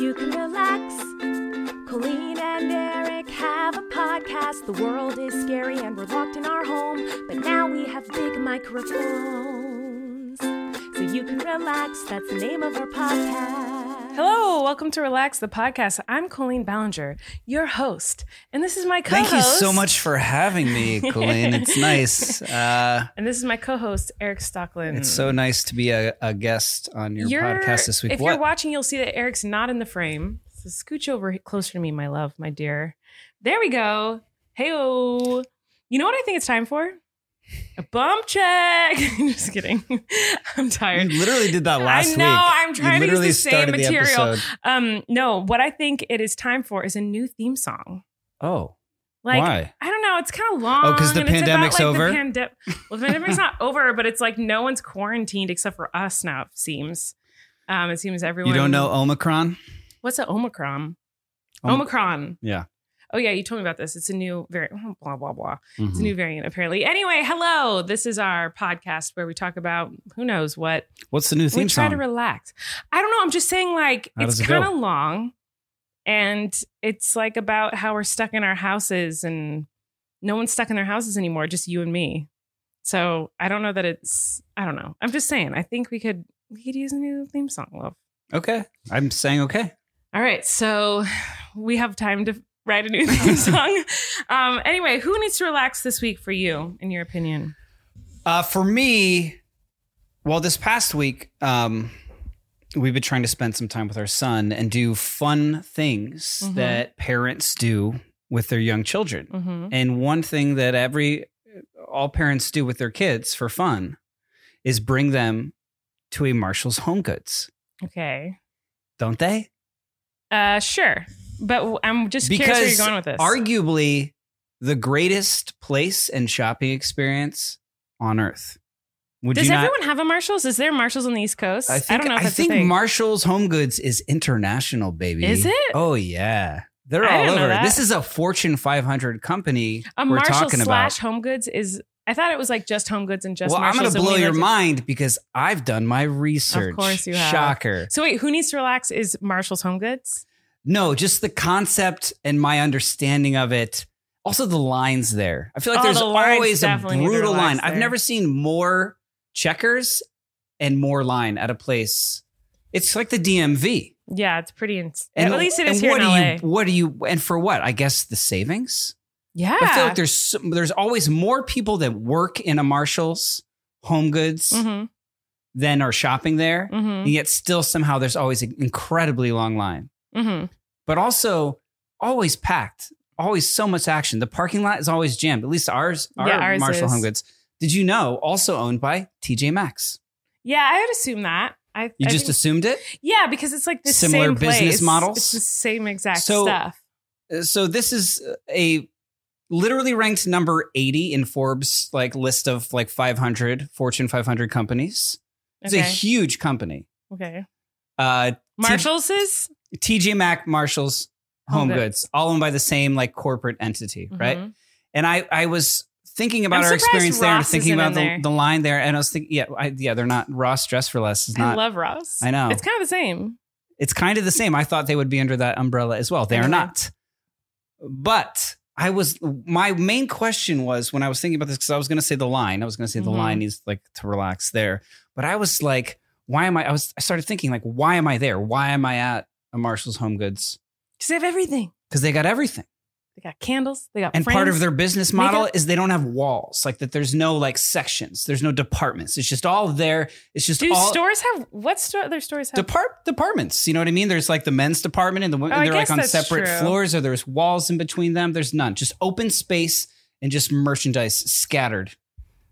You can relax. Colleen and Eric have a podcast. The world is scary and we're locked in our home, but now we have big microphones. So you can relax. That's the name of our podcast. Hello, welcome to Relax the Podcast. I'm Colleen Ballinger, your host, and this is my co host. Thank you so much for having me, Colleen. It's nice. Uh, And this is my co host, Eric Stockland. it's so nice to be a, a guest on your You're- podcast this week. If you're watching, you'll see that Eric's not in the frame. So scooch over closer to me, my love, my dear. There we go. Hey, oh. You know what I think it's time for? A bump check. Just kidding. I'm tired. you literally did that last I week. know. I'm trying you to use literally the same started material. The episode. Um, no, what I think it is time for is a new theme song. Oh, Like Why? I don't know. It's kind of long. 'cause the Um, and it's about, pandemic's like, over? The pande- well, the pandemic's not over, but it's like no one's quarantined except for us now. It seems. Um, it seems everyone. you don't know Omicron? what's a Omicron? Omi- Omicron. Yeah. Oh yeah, you told me about this. It's a new variant. Blah blah blah. It's a Mhm. new variant apparently. Anyway, hello. This is our podcast where we talk about who knows what. What's the new we theme try song? to relax. I don't know. I'm just saying, like, How it's does it kind of go? long and it's like about how we're stuck in our houses and no one's stuck in their houses anymore, just you and me. So I don't know that it's, I don't know. I'm just saying, I think we could, we could use a new theme song, love. okay, I'm saying okay. All right. So we have time to write a new theme song. Um, anyway, who needs to relax this week for you, in your opinion? Uh, for me, well, this past week, um, we've been trying to spend some time with our son and do fun things Mhm. that parents do with their young children. Mm-hmm. And one thing that every all parents do with their kids for fun is bring them to a Marshall's Home Goods, Okay. don't they? Uh, sure. But w- I'm just curious where you're Because going with this. Arguably the greatest place and shopping experience on earth. Would Does you not? everyone have a Marshalls? Is there Marshalls on the East Coast? I, think, don't know if I that's think a thing. Marshall's Home Goods is international, baby. Is it? Oh yeah, they're I all didn't know over. that. This is a Fortune 500 company a we're Marshall talking about. slash Home Goods is. I thought it was like just Home Goods and just. well, Marshalls I'm and going to blow we your like- mind because I've done my research. Of course you have. Shocker. So wait, who needs to relax? Is Marshall's Home Goods? No, just the concept and my understanding of it. Also, the lines there. I feel like Oh, there's the lines always a definitely need their brutal line. lines I've there. never seen more checkers and more line at a place. It's like the DMV. Yeah, it's pretty. Ins- And, At least it and is here what in do LA. you? What do you? And for what? I guess the savings. yeah, I feel like there's so- there's always more people that work in a Marshalls, Home Goods, Mhm, than are shopping there. mhm, and yet still somehow there's always an incredibly long line mhm. but also always packed always so much action the parking lot is always jammed at least ours our Yeah, ours marshall is. home goods did you know also owned by tj maxx Yeah, I would assume that. I you I just think- assumed it yeah because it's like the Similar same business place. models? It's the same exact So- stuff. Uh, so this is a literally ranked number 80 in forbes like list of like 500 fortune 500 companies it's Okay. a huge company okay. uh Marshalls is tj maxx marshall's home, Home Goods. goods all owned by the same like corporate entity right Mhm. And I, I was thinking about I'm our surprised experience there and Ross thinking isn't about in the, there. the line there. And I was thinking, yeah, I, yeah, they're not Ross Dress for Less. Is I not. love Ross. I know. It's kind of the same. it's kind of the same. I thought they would be under that umbrella as well. They are Anyway. not. But I was my main question was when I was thinking about this because I was going to say the line. I was going to say the Mhm. line needs like to relax there. But I was like, why am I? I was. I started thinking like, why am I there? Why am I at a Marshall's Home Goods? Because they have everything. Because they got everything. They got candles. They got And part of friends. their business model Makeup? is they don't have walls, like that. There's no like sections. There's no departments. It's just all there. It's just Do all stores have what store? Their stores have. depart departments. You know what I mean? There's like the men's department and the women. Oh, I they're guess like on that's separate true. floors, or there's walls in between them. There's none. Just open space and just merchandise scattered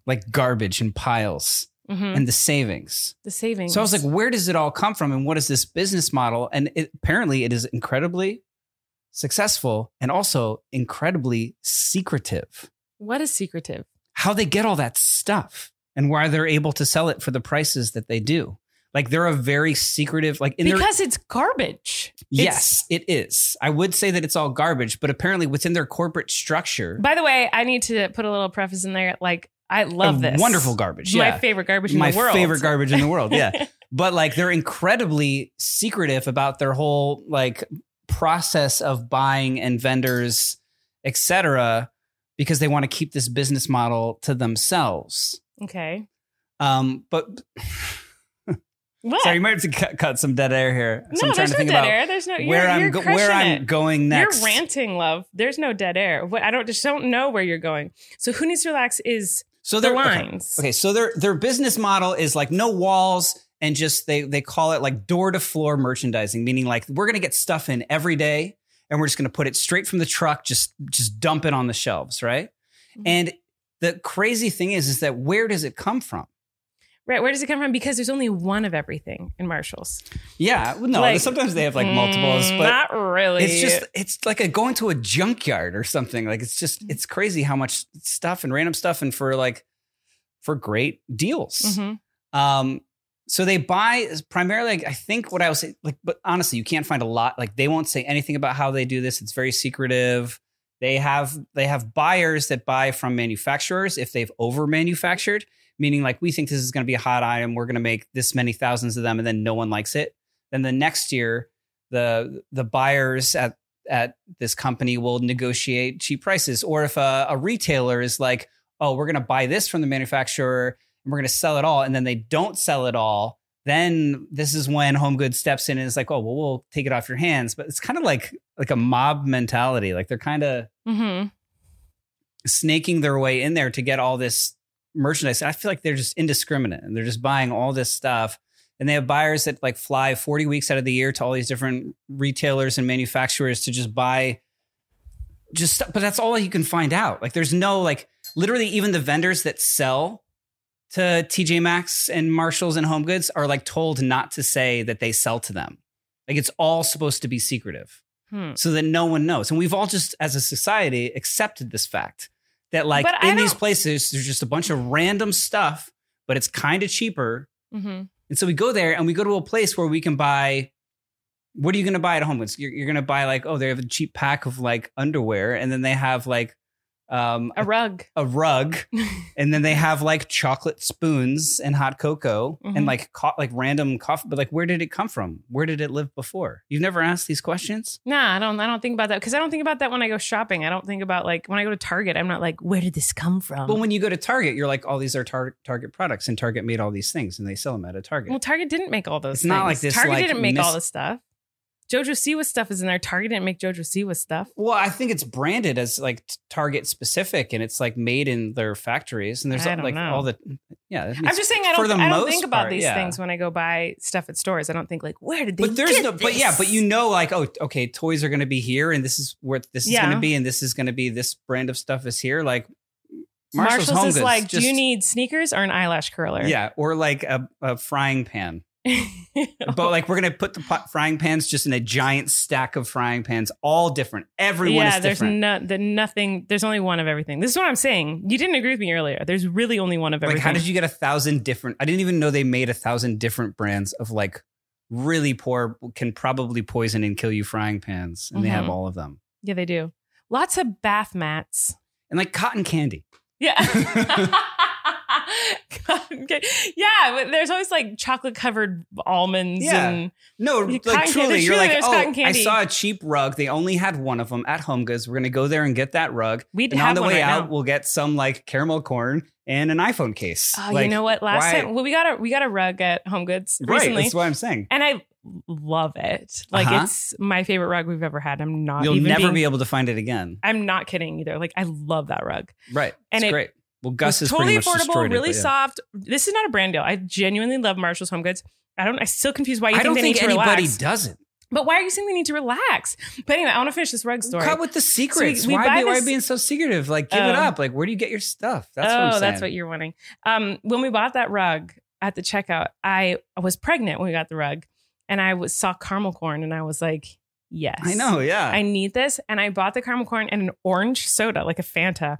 like garbage in piles. Mhm. and the savings. the savings. So I was like, where does it all come from and what is this business model? And it, apparently it is incredibly successful and also incredibly secretive. what is secretive? How they get all that stuff and why they're able to sell it for the prices that they do. Like they're a very secretive, like in their because it's garbage. yes, it is. I would say that it's all garbage, but apparently within their corporate structure, By the way, I need to put a little preface in there. Like, I love a this. wonderful garbage. It's Yeah, My favorite garbage my in the world. favorite garbage in the world. Yeah, but like they're incredibly secretive about their whole like process of buying and vendors etc because they want to keep this business model to themselves okay. um but What? sorry you might have to cut, cut some dead air here so no, i'm trying there's to no think dead about air. There's no. where you're, i'm you're go- crushing where i'm it. going next You're ranting, love. There's no dead air. What I don't just don't know where you're going. So who needs to relax is so the they're okay. lines. Okay, so their their business model is like no walls and just they they call it like door to floor merchandising, meaning like we're gonna get stuff in every day and we're just gonna put it straight from the truck, just just dump it on the shelves, right? Mhm. And the crazy thing is, is that where does it come from? Right. Where does it come from? Because there's only one of everything in Marshalls. Yeah, well, no, Like- sometimes they have like multiples, Mm, but not really. it's just it's like a going to a junkyard or something. Like it's just it's crazy how much stuff and random stuff and for like for great deals. Mhm. Um, so they buy primarily, I think what I was like, but honestly, you can't find a lot. Like they won't say anything about how they do this. It's very secretive. They have they have buyers that buy from manufacturers if they've over manufactured, meaning like we think this is going to be a hot item. We're going to make this many thousands of them, and then no one likes it. Then the next year, the the buyers at at this company will negotiate cheap prices. Or if a, a retailer is like, oh, we're going to buy this from the manufacturer, and we're going to sell it all. And then they don't sell it all. Then this is when Home Goods steps in and is like, oh, well, we'll take it off your hands. But it's kind of like like a mob mentality. Like they're kind of Mhm. snaking their way in there to get all this merchandise. I feel like they're just indiscriminate and they're just buying all this stuff. And they have buyers that like fly 40 weeks out of the year to all these different retailers and manufacturers to just buy just stuff. But that's all you can find out. Like there's no like literally even the vendors that sell to TJ Maxx and Marshalls and Home Goods are like told not to say that they sell to them. Like it's all supposed to be secretive Hmm. so that no one knows. And we've all just, as a society, accepted this fact that, like, But I in these don't- places, there's just a bunch of random stuff, but it's kind of cheaper. Mhm. And so we go there and we go to a place where we can buy. What are you going to buy at home? It's- You're, you're going to buy like, oh, they have a cheap pack of like underwear, and then they have like um, A rug. a rug, and then they have like chocolate spoons and hot cocoa and Mhm. like co- like random coffee. But like, where did it come from? Where did it live before? You've never asked these questions. Nah, I don't. I don't think about that because I don't think about that when I go shopping. I don't think about like when I go to Target. I'm not like, where did this come from? But when you go to Target, you're like, all these are tar- Target products, and Target made all these things, and they sell them at a Target. well, Target didn't make all those. It's not like things. this, Target like, didn't make mis- all this stuff. Jojo Siwa stuff is in there. Target didn't make Jojo Siwa stuff. well, I think it's branded as like t- Target specific, and it's like made in their factories, and there's I don't like know. all the mm, yeah. I mean, I'm it's- just saying I for don't. the I don't most think about part, these yeah. things when I go buy stuff at stores. I don't think like, where did they? But there's get no, but yeah, this? but you know, like, oh, okay, toys are going to be here, and this is where this is Yeah. going to be, and this is going to be this brand of stuff is here. Like, Marshalls, Home is Goods like, do just- you need sneakers or an eyelash curler? Yeah, or like a, a frying pan. Oh. But like we're gonna put the pot frying pans just in a giant stack of frying pans, all different. Everyone yeah, is there's different. no, the, nothing. There's only one of everything. This is what I'm saying. You didn't agree with me earlier. There's really only one of everything. Like, how did you get a thousand different? I didn't even know they made a thousand different brands of like really poor, can probably poison and kill you frying pans, and they have Mhm. all of them, Yeah, they do. Lots of bath mats. and like cotton candy. Yeah. Okay. yeah, but there's always like chocolate covered almonds Yeah. and No, You- like cotton candy. truly, you're Truly, like, there's oh, cotton I candy." saw a cheap rug. They only had one of them at Home Goods. We're gonna go there and get that rug. we'd And have on the one way right out, now. we'll get some like caramel corn and an iPhone case. Oh, Like, you know what? Last why- time, well, we got a we got a rug at Home Goods Right, recently, that's what I'm saying. and I love it. Like Uh-huh. it's my favorite rug we've ever had. I'm not. You'll uh, even never being- be able to find it again. I'm not kidding either. Like I love that rug. Right. And it's it great. Well, Gus It is was totally pretty much affordable, destroyed it, really but yeah. soft. This is not a brand deal. I genuinely love Marshalls Home Goods. I don't. I still confused why you I think don't they think need to anybody relax. does it. But why are you saying we need to relax? But anyway, I want to finish this rug story. Cut with the secrets. we why, buy be, why this- being so secretive? Like, give Oh. it up. Like, where do you get your stuff? That's oh, what I'm saying. that's what you're wanting. Um, when we bought that rug at the checkout, I was pregnant when we got the rug, and I was, saw caramel corn, and I was like, yes, I know. Yeah. I need this. And I bought the caramel corn and an orange soda, like a Fanta,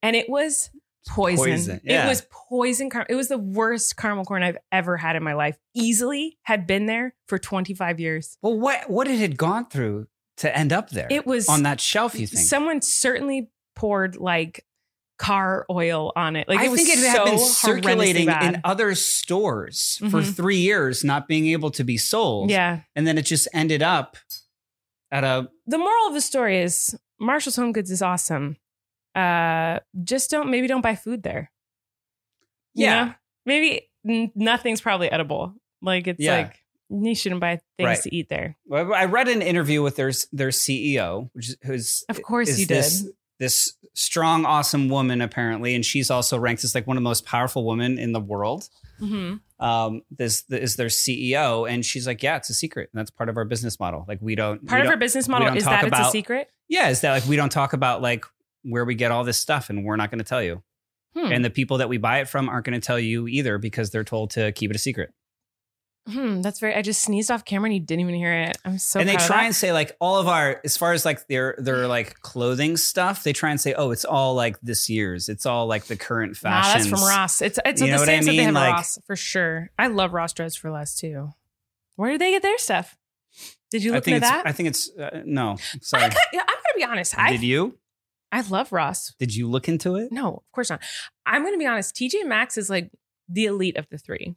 and it was poison. Poison, yeah. It was poison. Car- it was the worst caramel corn I've ever had in my life. Easily had been there for 25 years. well, what what it had gone through to end up there? It was on that shelf. You think? someone certainly poured like car oil on it. Like I it was think it so had been horrendously circulating bad. in other stores for Mhm. three years, not being able to be sold. Yeah. and then it just ended up at a The moral of the story is Marshall's Home Goods is awesome. Uh, just don't maybe don't buy food there. You yeah. know? Maybe n- nothing's probably edible. Like it's Yeah. like you shouldn't buy things Right. to eat there. Well, I read an interview with their their CEO, which is who's Of course is you this, did. This strong, awesome woman apparently, and she's also ranked as like one of the most powerful women in the world. Mm-hmm. Um, this, is their CEO, and she's like, yeah, it's a secret, and that's part of our business model. Like we don't Part we of our don't- business we model don't is talk that it's a about- secret. yeah, is that like we don't talk about like where we get all this stuff, and we're not going to tell you, Hmm. and the people that we buy it from aren't going to tell you either because they're told to keep it a secret. Hmm, that's very. I just sneezed off camera and you didn't even hear it. I'm so. and they proud of try that. and say like all of our as far as like their their like clothing stuff they try and say oh it's all like this year's it's all like the current Nah, that's fashions from Ross. It's it's You the know what I same stuff they mean? have at Like- Ross for sure. I love Ross Dress for Less too. Where do they get their stuff? Did you I look think into it's that? I think it's uh, no I, sorry cut- yeah, I'm gonna be honest. did I you I love Ross. did you look into it No, of course not. I'm gonna be honest. TJ Maxx is like the elite of the three.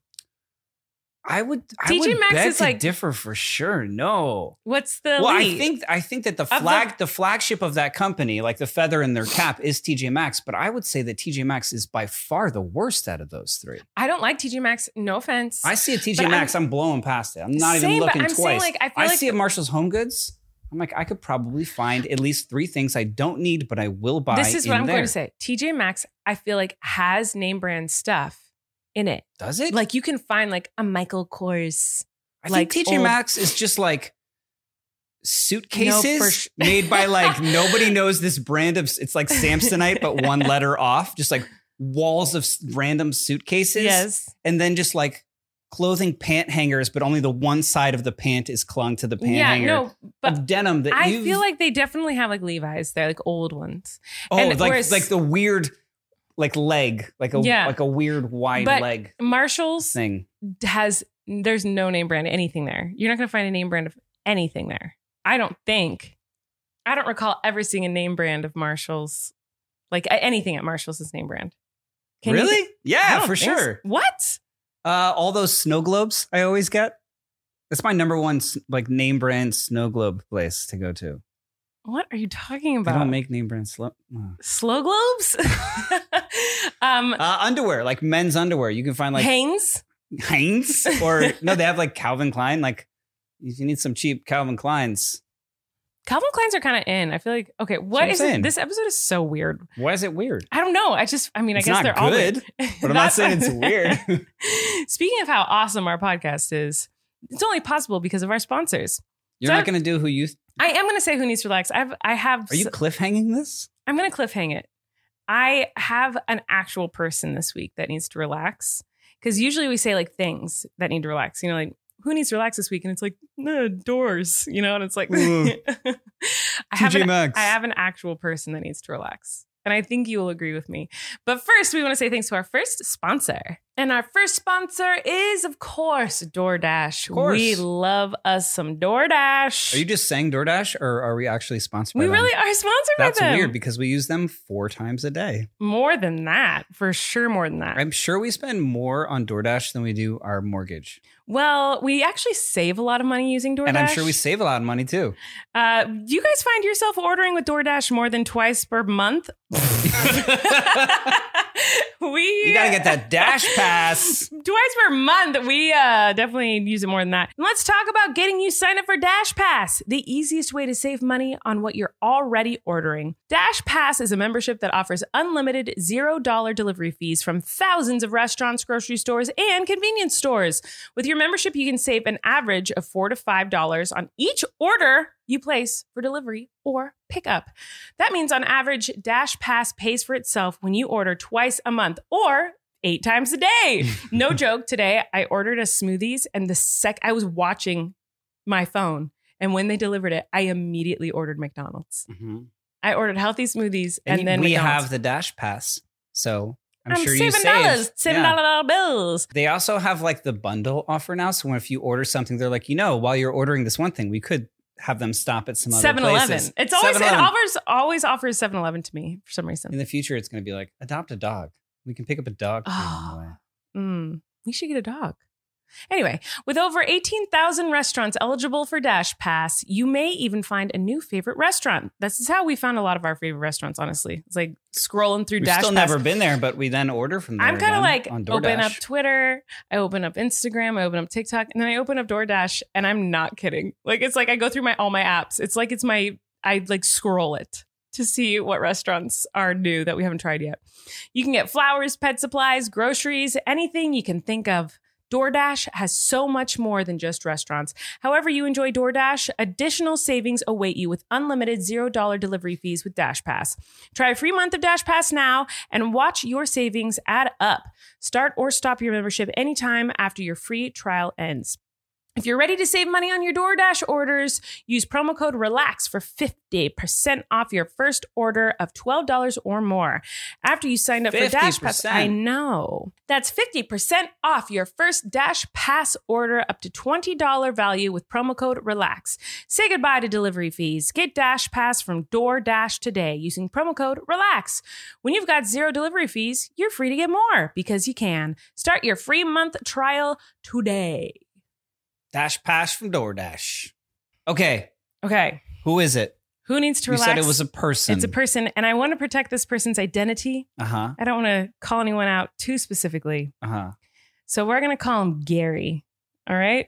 I would I TJ would Maxx beg is to like- differ for sure no What's the well I elite? think I think that the the- flag the flagship of that company like the feather in their cap is TJ Maxx but I would say that TJ Maxx is by far the worst out of those three I don't like TJ Maxx. No offense. I see a TJ But I'm- Maxx, I'm, blowing past it. I'm not Same, even but looking I'm saying, twice. like, I feel I like- see a Marshall's Home Goods. I'm like, I could probably find at least three things I don't need, but I will buy. this is what in I'm going there. to say. TJ Maxx, I feel like has name brand stuff in it. Does it? Like you can find like a Michael Kors. I like think TJ old- Maxx is just like suitcases sh- made by like nobody knows this brand of. It's like Samsonite, but one letter off. Just like walls of s- random suitcases, yes. and then just like clothing pant hangers, but only the one side of the pant is clung to the pant yeah, hanger. no, but of denim that I you've- feel like they definitely have like Levi's. They're like old ones. Oh, And like whereas- like the weird, like leg, like a Yeah. like a weird wide But- leg Marshalls thing. has there's no name brand anything there. You're not going to find a name brand of anything there. I don't think. I don't recall ever seeing a name brand of Marshalls, like a- anything at Marshalls is name brand. Can you- really? I yeah, don't for think so. sure. What? Uh, all those snow globes I always get. That's my number one s- like name brand snow globe place to go to. What are you talking They about? don't make name brand slow. Uh, Slow globes. um, underwear, like men's underwear. You can find like Hanes. Hanes or no, they have like Calvin Klein. Like if you need some cheap Calvin Kleins, Calvin Klein's are kind of in. I feel like okay. What what I'm is saying. this episode is so weird. why is it weird? I don't know. I just, I mean, I It's guess not they're all good, weird. But I'm not That's- saying it's weird. Speaking of how awesome our podcast is, it's only possible because of our sponsors. You're not gonna do who you. I am going to say who needs to relax. I've, I have, Are you cliffhanging this? I'm going to cliffhang it. I have an actual person this week that needs to relax because usually we say like things that need to relax, you know, like who needs to relax this week? And it's like, no, doors, you know, and it's like, Mm. I have an Maxx. I have an actual person that needs to relax. And I think you will agree with me. But first, we want to say thanks to our first sponsor. And our first sponsor is, of course, DoorDash. Of course. We love us some DoorDash. Are you just saying DoorDash or are we actually sponsored by we them? really are sponsored That's by them. weird because we use them four times a day. More than that, for sure, more than that. I'm sure we spend more on DoorDash than we do our mortgage. well, we actually save a lot of money using DoorDash. And I'm sure we save a lot of money too. Uh, do you guys find yourself ordering with DoorDash more than twice per month? you we got to get that Dash Yes. Twice per month. We uh, definitely use it more than that. And let's talk about getting you signed up for Dash Pass, the easiest way to save money on what you're already ordering. Dash Pass is a membership that offers unlimited $0 delivery fees from thousands of restaurants, grocery stores, and convenience stores. With your membership, you can save an average of 4 to $5 on each order you place for delivery or pickup. That means on average, Dash Pass pays for itself when you order twice a month or eight times a day. No joke, today I ordered a smoothies and the sec I was watching my phone and when they delivered it, I immediately ordered McDonald's. I ordered healthy smoothies and, And, then we McDonald's. have the Dash Pass, so I'm, I'm, sure you saving saved. dollars, Um, seven Yeah. dollar bills. They also have like the bundle offer now. So when if you order something, they're like, you know, while you're ordering this one thing, we could have them stop at some other 7-Eleven. places. It's always it 7-Eleven. offers always offers 7-Eleven to me for some in reason. the future. It's going to be like adopt a dog. We can pick up a dog. for you Ah, on the way. Mm, we should get a dog. Anyway, with over 18,000 restaurants eligible for Dash Pass, you may even find a new favorite restaurant. This is how we found a lot of our favorite restaurants, honestly. It's like scrolling through We've Dash still Pass. never been there, but we then order from there. I'm kind again of like on open up DoorDash. Twitter, I open up Instagram, I open up TikTok, and then I open up DoorDash, and I'm not kidding. Like it's like I go through my all my apps. It's like it's my I like scroll it to see what restaurants are new that we haven't tried yet. You can get flowers, pet supplies, groceries, anything you can think of. DoorDash has so much more than just restaurants. However, you enjoy DoorDash, additional savings await you with unlimited $0 delivery fees with Dash Pass. Try a free month of Dash Pass now and watch your savings add up. Start or stop your membership anytime after your free trial ends. If you're ready to save money on your DoorDash orders, use promo code RELAX for 50% off your first order of $12 or more. After you signed up for Dash Pass, 50%. I know. That's 50% off your first Dash Pass order up to $20 value with promo code RELAX. Say goodbye to delivery fees. Get Dash Pass from DoorDash today using promo code RELAX. When you've got zero delivery fees, you're free to get more because you can. Start your free month trial today. Dash Pass from DoorDash. Okay, Okay. who is it? Who needs to you relax? said it was a person. It's a person, and I want to protect this person's identity. Uh huh. I don't want to call anyone out too specifically. Uh huh. So we're going to call him Gary. All right.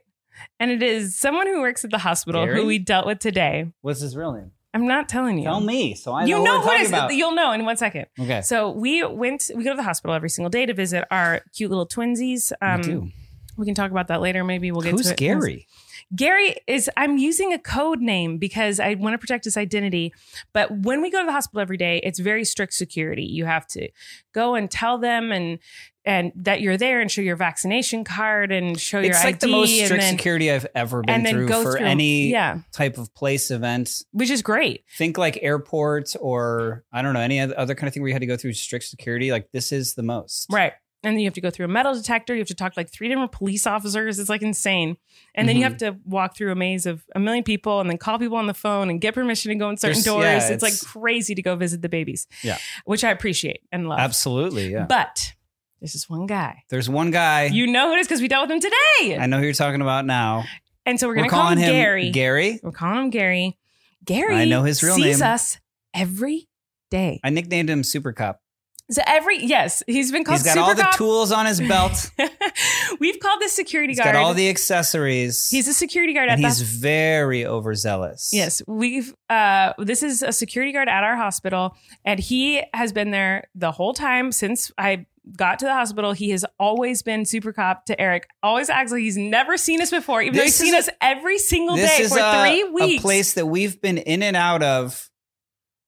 And it is someone who works at the hospital Gary? who we dealt with today. What's his real name? I'm not telling you. Tell me, so I you know, know what we're who it talking is. about. You'll know in one second. okay. So we went, we go to the hospital every single day to visit our cute little twinsies. Um, Me too. we can talk about that later. Maybe we'll get Who's to it. Gary? Gary is, I'm using a code name because I want to protect his identity. But when we go to the hospital every day, it's very strict security. You have to go and tell them and, and that you're there and show your vaccination card and show your It's like ID the most and strict then, security I've ever been and then through go for through. any yeah, type of place event. which is great. Think like airports or I don't know any oth- other kind of thing where you had to go through strict security. Like this is the most. Right. And then you have to go through a metal detector. You have to talk to like three different police officers. It's like insane. And then you Mhm. have to walk through a maze of a million people and then call people on the phone and get permission to go in certain There's- doors. yeah, it's, like it's- crazy to go visit the babies. Yeah. Which I appreciate and love. Absolutely. Yeah. But this is one guy. There's one guy. You know who it is because we dealt with him today. I know who you're talking about now. and so we're going to call him, Gary. Gary. We're calling him Gary. Gary I know his real sees name. us every day. I nicknamed him Super Cop. So every, yes, he's been called He's got Super all the Cop. tools on his belt. We've called this security He's guard. got all the accessories. he's a security guard at and the he's very overzealous. Yes, we've uh this is a security guard at our hospital and he has been there the whole time since I got to the hospital. He has always been super cop to Eric. Always acts like he's never seen us before, even though This he's seen is us every single this day is for a, three a weeks. place that we've been in and out of.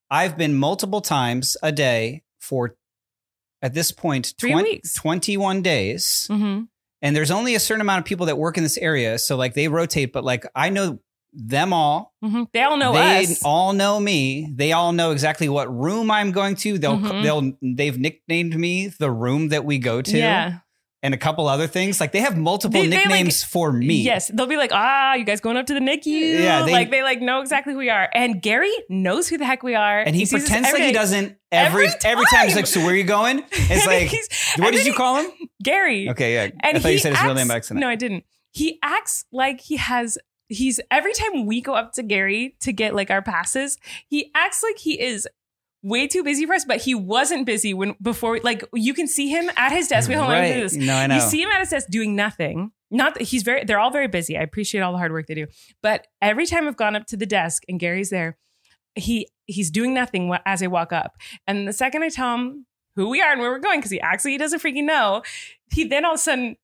I've been multiple times a day for, at this point, Three 20 weeks. 21 days. hmm And there's only a certain amount of people that work in this area. So, like, they rotate, but like, I know them all. hmm They all know they us. all know me. They all know exactly what room I'm going to. They'll Mhm. they'll they've nicknamed me the room that we go to, Yeah. and a couple other things. Like they have multiple They- they, like- nicknames for me. Yes. They'll be like, ah, you guys going up to the NICU? Yeah, they- like they like know exactly who we are. And Gary knows who the heck we are. and he, sees us pretends every like he day. doesn't every Every every time. He's time. like, "So where are you going?" It's And like, he's- "What and did then you he- call him?" Gary. Okay, yeah. And I thought he you said his real name by acts- accident. No, I didn't. He acts like he has. He's every time we go up to Gary to get like our passes, he acts like he is way too busy for us, but he wasn't busy when before. we- Like you can see him at his desk. We all know right. this. No, I know. You see him at his desk doing nothing. Not that he's very. They're all very busy. I appreciate all the hard work they do. But every time I've gone up to the desk and Gary's there, he he's doing nothing wh- as I walk up. And the second I tell him who we are and where we're going, because he actually doesn't freaking know, he then all of a sudden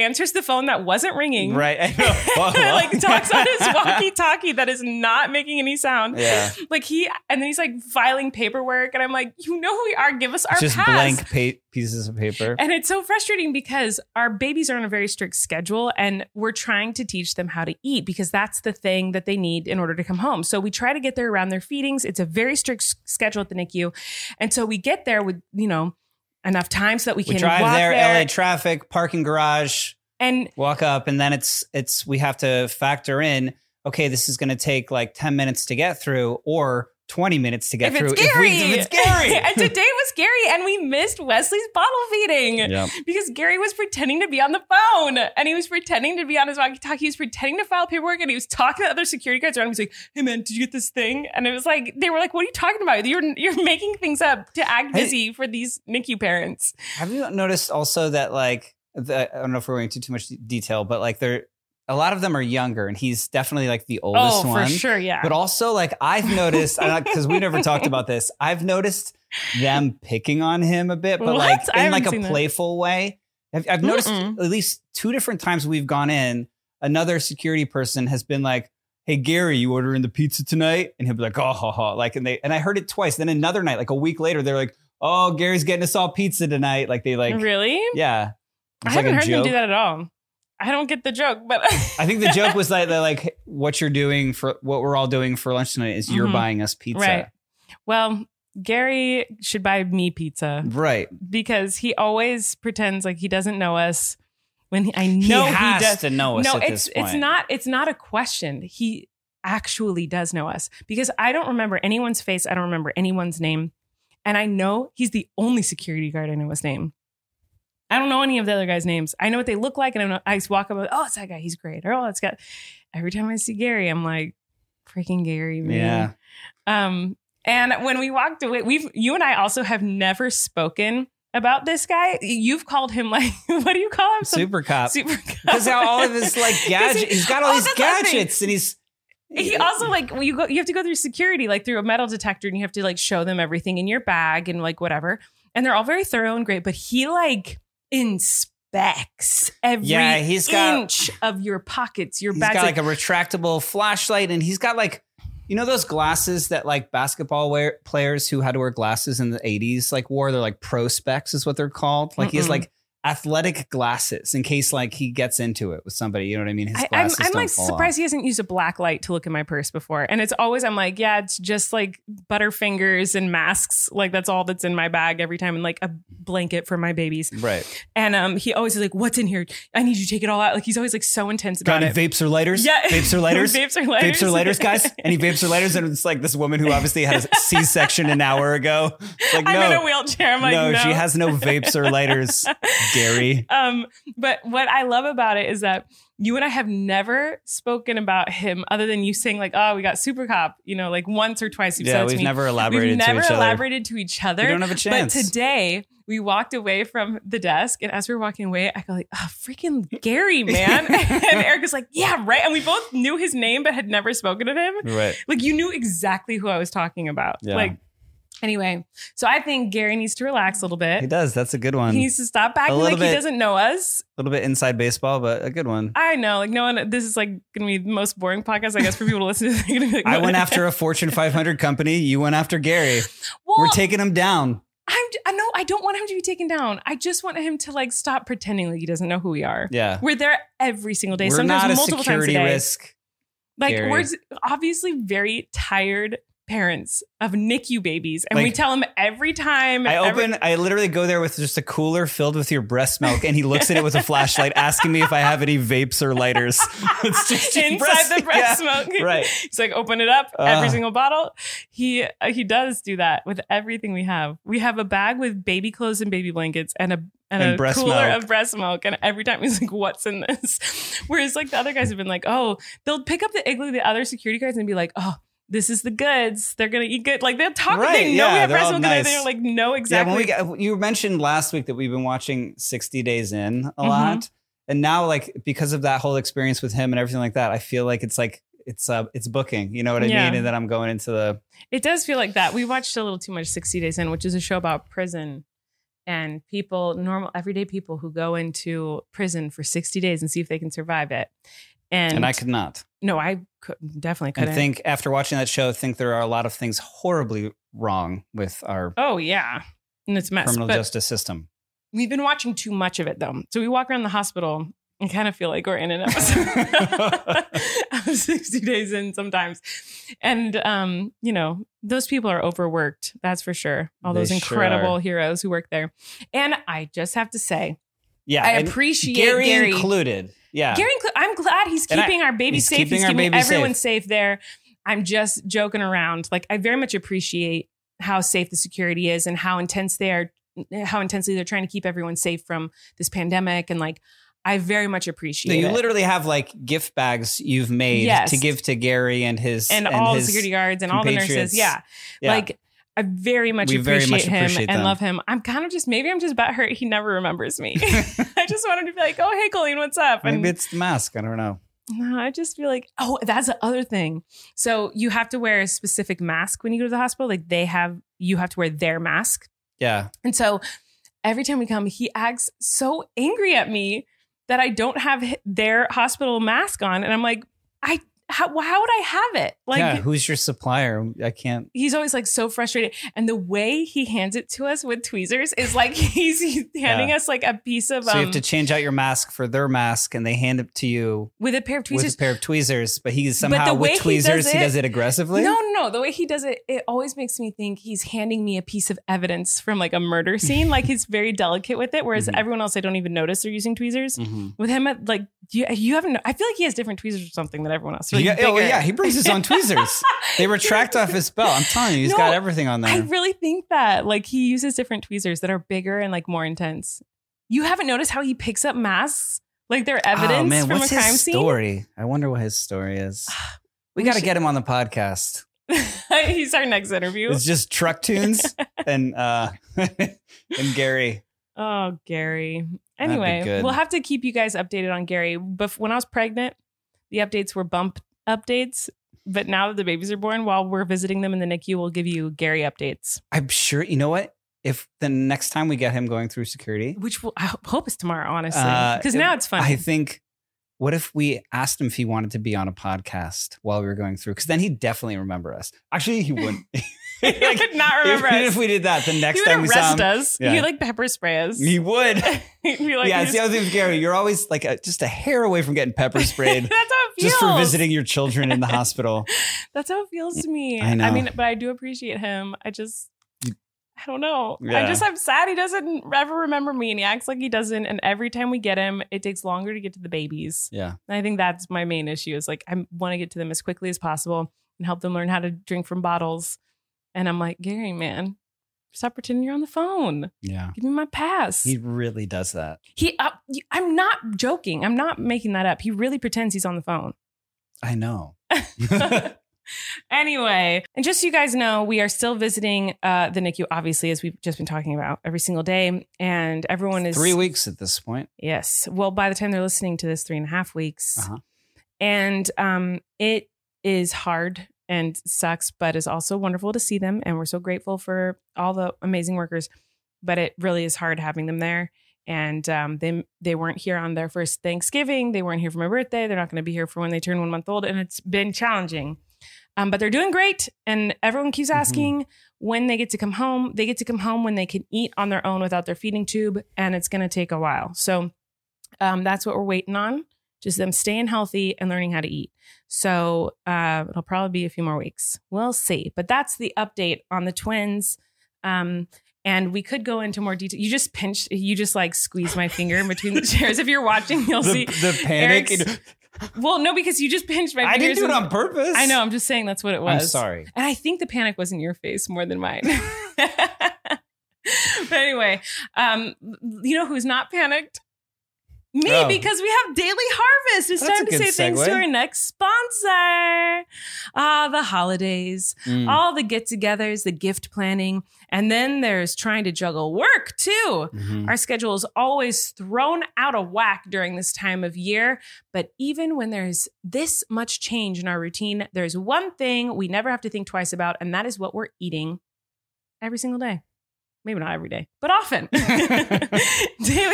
answers the phone that wasn't ringing. right. I know. Whoa, whoa. like talks on his walkie-talkie that is not making any sound Yeah. like he and then he's like filing paperwork and i'm like you know who we are give us our Just pass blank pa- pieces of paper. and it's so frustrating because our babies are on a very strict schedule and we're trying to teach them how to eat because that's the thing that they need in order to come home so we try to get there around their feedings it's a very strict s- schedule at the nicu and so we get there with you know enough time so that we can we drive walk there, there, LA traffic, parking garage, and walk up, and then it's it's we have to factor in. Okay, this is going to take like ten minutes to get through, or twenty minutes to get if through. it's Gary, If, we, if it's Gary, and today was Gary, and we missed Wesley's bottle feeding. yeah. because Gary was pretending to be on the phone and he was pretending to be on his walkie talkie. He was pretending to file paperwork and he was talking to other security guards around. He was like, Hey man, did you get this thing? And it was like, they were like, What are you talking about? You're, you're making things up to act Hey. busy for these NICU parents. Have you noticed also that like the, I don't know if we're going into too much detail, but like they're a lot of them are younger, and he's definitely like the oldest oh, one. for sure. Yeah. But also, like I've noticed, because we never talked about this, I've noticed them picking on him a bit, but What? like in I haven't like a seen that. playful way. I've, I've noticed Mm-mm. at least two different times we've gone in, another security person has been like, "Hey Gary, you ordering the pizza tonight?" And he'll be like, "Oh, ha, ha." like, and they and I heard it twice. Then another night, like a week later, they're like, "Oh, Gary's getting us all pizza tonight." Like they like, really? yeah. I It's like a haven't heard them joke. do that at all. I don't get the joke, but I think the joke was like, they're like, what you're doing for what we're all doing for lunch tonight is you're Mhm. buying us pizza. right. Well, Gary should buy me pizza Right. because he always pretends like he doesn't know us when he, I know he has does. to know us no, at it's this point. it's not it's not a question. He actually does know us because I don't remember anyone's face. I don't remember anyone's name, and I know he's the only security guard I know his name. I don't know any of the other guys' names. I know what they look like, and I, know, I just walk up. and, Oh, it's that guy. He's great. Or oh, it's got. Every time I see Gary, I'm like, freaking Gary, man. Yeah. Um, and when we walked away, we've you and I also have never spoken about this guy. You've called him like what do you call him? Some- Super cop. super Because how all of his like 'Cause he- gadgets, he, has got all oh, these that's another thing. gadgets, and he's he also like you go you have to go through security like through a metal detector and you have to like show them everything in your bag and like whatever and they're all very thorough and great but he like inspects every Yeah, he's got- inch of your pockets your he's bags got like, like a retractable flashlight, and he's got like you know those glasses that like basketball wear, players who had to wear glasses in the eighties like wore. They're like pro specs is what they're called. Like he has Mm-mm. like athletic glasses in case like he gets into it with somebody. You know what I mean? His I, am glasses I'm don't like fall off. surprised he hasn't used a black light to look in my purse before. And it's always, I'm like, yeah, it's just like butterfingers and masks. Like, that's all that's in my bag every time. And like a blanket for my babies. Right. And um, he always is like, what's in here? I need you to take it all out. Like, he's always like so intense about Got it. any vapes or lighters? Yeah. Vapes or lighters? vapes or lighters. Vapes or lighters, guys? Any vapes or lighters? And it's like this woman who obviously had a C section an hour ago. It's like, I'm no, in a wheelchair. I'm like, no, no, she has no vapes or lighters, Gary. Um, but what I love about it is that you and I have never spoken about him other than you saying like, "Oh, we got Super Cop," you know, like once or twice. You've yeah, said we've to me. never elaborated we've never to each elaborated to each other. other. We don't have a chance. But today we walked away from the desk, and as we were walking away, I go like, "Oh, freaking Gary, man!" and Eric was like, "Yeah, right." And we both knew his name, but had never spoken to him. right. Like you knew exactly who I was talking about. Yeah. Like anyway, so I think Gary needs to relax a little bit. He does. That's a good one. He needs to stop acting little like bit. he doesn't know us. a little bit inside baseball, but a good one. I know, like no one. This is like going to be the most boring podcast, I guess, for people to listen to. They're gonna be like, I "What?" went after a Fortune 500 company. You went after Gary. Well, We're taking him down. I'm. I know. I don't want him to be taken down. I just want him to like stop pretending like he doesn't know who we are. Yeah. We're there every single day, We're sometimes not a multiple times a security day. risk. like Gary. we're obviously very tired parents of NICU babies, and we Like- tell him every time. I every- open, I literally go there with just a cooler filled with your breast milk, and he looks at it with a flashlight, asking me if I have any vapes or lighters. it's just your inside the breast milk. Yeah, right. He's like, open it up, every Ugh. single bottle. He uh, he does do that with everything we have. We have a bag with baby clothes and baby blankets and a and, And a breast cooler milk. of breast milk. And every time he's like, what's in this? Whereas like the other guys have been like, oh, they'll pick up the igloo, the other security guards, and be like, oh. this is the goods. They're gonna eat good. Like they'll talk. Right, they know yeah, we have they're all Resident Evil. nice. They're like know Yeah, exactly. when we got, you mentioned last week that we've been watching 60 Days In a Mm-hmm. lot. And now like because of that whole experience with him and everything like that, I feel like it's like it's uh it's booking, you know what I Yeah. mean? And then I'm going into the It does feel like that. We watched a little too much 60 Days In, which is a show about prison and people, normal, everyday people who go into prison for 60 days and see if they can survive it. And, and, I could not. no, I could, definitely I couldn't. think after watching that show, I think there are a lot of things horribly wrong with our oh, yeah. And it's a mess. criminal But justice system. we've been watching too much of it, though. So we walk around the hospital and kind of feel like we're in an episode of 60 Days In sometimes. And, um, you know, those people are overworked. That's for sure. All They those sure incredible are. heroes who work there. And I just have to say, Yeah. I and appreciate Gary, Gary. Gary, included. Yeah. inclu- I'm glad he's And I- keeping our baby he's safe. keeping he's our keeping baby everyone safe. there. I'm just joking around. Like I very much appreciate how safe the security is and how intense they are, how intensely they're trying to keep everyone safe from this pandemic. And like, I very much No, appreciate you it. literally have like gift bags you've made Yes. to give to Gary and his and, all his- the security guards and all the compatriots. nurses. Yeah. Yeah. Like I very much We very appreciate much him appreciate and them. love him. I'm kind of just maybe I'm just butthurt. He never remembers me. I just want him to be like, oh hey Colleen, what's up? And Maybe it's the mask. I don't know. No, I just feel like, oh, that's the other thing. So you have to wear a specific mask when you go to the hospital. Like they have, you have to wear their mask. Yeah. And so every time we come, he acts so angry at me that I don't have hi- their hospital mask on. And I'm like, I, how, how would I have it? Like, yeah. Who's your supplier? I can't. he's always like so frustrated. And the way he hands it to us with tweezers is like he's, he's handing Yeah. us like a piece of, So you um, have to change out your mask for their mask and they hand it to you with a pair of tweezers. with a pair of tweezers, but he the somehow way he with does tweezers, he it- does it aggressively. No, no, no. The way he does it, it always makes me think he's handing me a piece of evidence from like a murder scene. like he's very delicate with it, whereas Mhm. everyone else I don't even notice they're using tweezers. Mhm. With him, I- like you, you haven't. I feel like he has different tweezers or something than everyone else. They're, like, yeah, oh, bigger. yeah, he brings his own tweezers. they retract off his belt. I'm telling you, he's No, got everything on there. I really think that like he uses different tweezers that are bigger and like more intense. You haven't noticed how he picks up masks like they're evidence oh man, from what's a crime Ah, his story? I wonder what his story is. We, We got to should- get him on the podcast. scene. he's our next interview. It's just truck tunes and uh and Gary. Oh, Gary. That'd be Anyway, good. we'll have to keep you guys updated on Gary. But when I was pregnant, the updates were bump updates. But now that the babies are born, while we're visiting them in the NICU, we'll give you Gary updates, I'm sure you know what. If the next time we get him going through security, which we'll, I ho- hope is tomorrow, honestly, Uh, because now it's I funny. think. What if we asked him if he wanted to be on a podcast while we were going through? Because then he'd definitely remember us. Actually, he wouldn't. I could not remember even us. if we did that, the next he time would we saw arrest him, us. Yeah. He like pepper spray us. he would. He'd be like, yeah, he's- it's the other thing with Gary. You're always like a, just a hair away from getting pepper sprayed That's how it feels. just for visiting your children in the hospital. That's how it feels to me. I know. mean, but I do appreciate him. I just, I don't know. Yeah. I just, I'm sad he doesn't ever remember me and he acts like he doesn't. And every time we get him, it takes longer to get to the babies. Yeah. And I think that's my main issue is like, I want to get to them as quickly as possible and help them learn how to drink from bottles. And I'm like, Gary, man, stop pretending you're on the phone. Yeah. Give me my pass. He He, really does that. uh, I'm not joking. I'm not making that up. He really pretends he's on the phone. I know. Anyway, and just so you guys know, we are still visiting uh, the NICU, obviously, as we've just been talking about every single day. And everyone is. Three weeks at this point. Yes. Well, by the time they're listening to this, three and a half weeks. Uh-huh. And um, it is hard and sucks, but is also wonderful to see them. And we're so grateful for all the amazing workers. But it really is hard having them there. And um, they they weren't here on their first Thanksgiving. They weren't here for my birthday. They're not going to be here for when they turn one month old. And it's been challenging. Um, but they're doing great. And everyone keeps Mhm. asking when they get to come home. They get to come home when they can eat on their own without their feeding tube. And it's going to take a while. So um, that's what we're waiting on just them staying healthy and learning how to eat. So uh, it'll probably be a few more weeks. We'll see. But that's the update on the twins. Um, and we could go into more detail. You just pinched, you just like squeezed my finger in between the chairs. If you're watching, you'll The, see. the panic. Eric's- Well, no, because you just pinched my I fingers. didn't do it in- on purpose. I know. I'm just saying that's what it I'm was. sorry. And I think the panic was in your face more than mine. but anyway, um, you know who's not panicked? Me, Oh. because we have Daily Harvest. It's That's time a to say good thanks to segue. our next sponsor. ah, the holidays, Mm. all the get togethers, the gift planning. And then there's trying to juggle work too. Mhm. Our schedule is always thrown out of whack during this time of year. But even when there's this much change in our routine, there's one thing we never have to think twice about, and that is what we're eating every single day. Maybe not every day, but often. Daily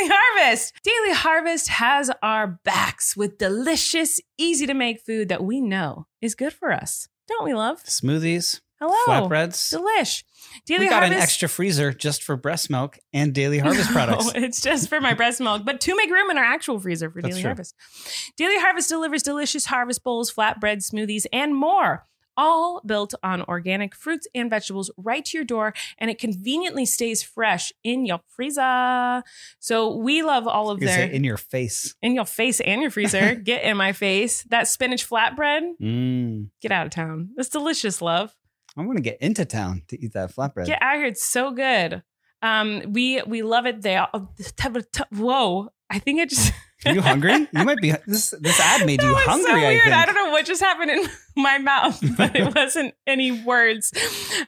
Harvest. Daily Harvest has our backs with delicious, easy to make food that we know is good for us. Don't we love? Smoothies, Hello. flatbreads. Delish. Daily We got an Harvest. extra freezer just for breast milk and Daily Harvest No, products. it's just for my breast milk, but to make room in our actual freezer for That's Daily true. Harvest. Daily Harvest delivers delicious harvest bowls, flatbread smoothies, and more. All built on organic fruits and vegetables right to your door, and it conveniently stays fresh in your freezer. So we love all of Is their it in your face? in your face and your freezer. Get in my face. That spinach flatbread, Mm. get out of town. That's delicious, love. I'm going to get into town to eat that flatbread. Get out here. It's so good. Um, we we love it. They all, whoa. I think I just Are you hungry? You might be. This this ad made that you was hungry. so weird. I think. I, don't know what just happened in my mouth, but it wasn't any words.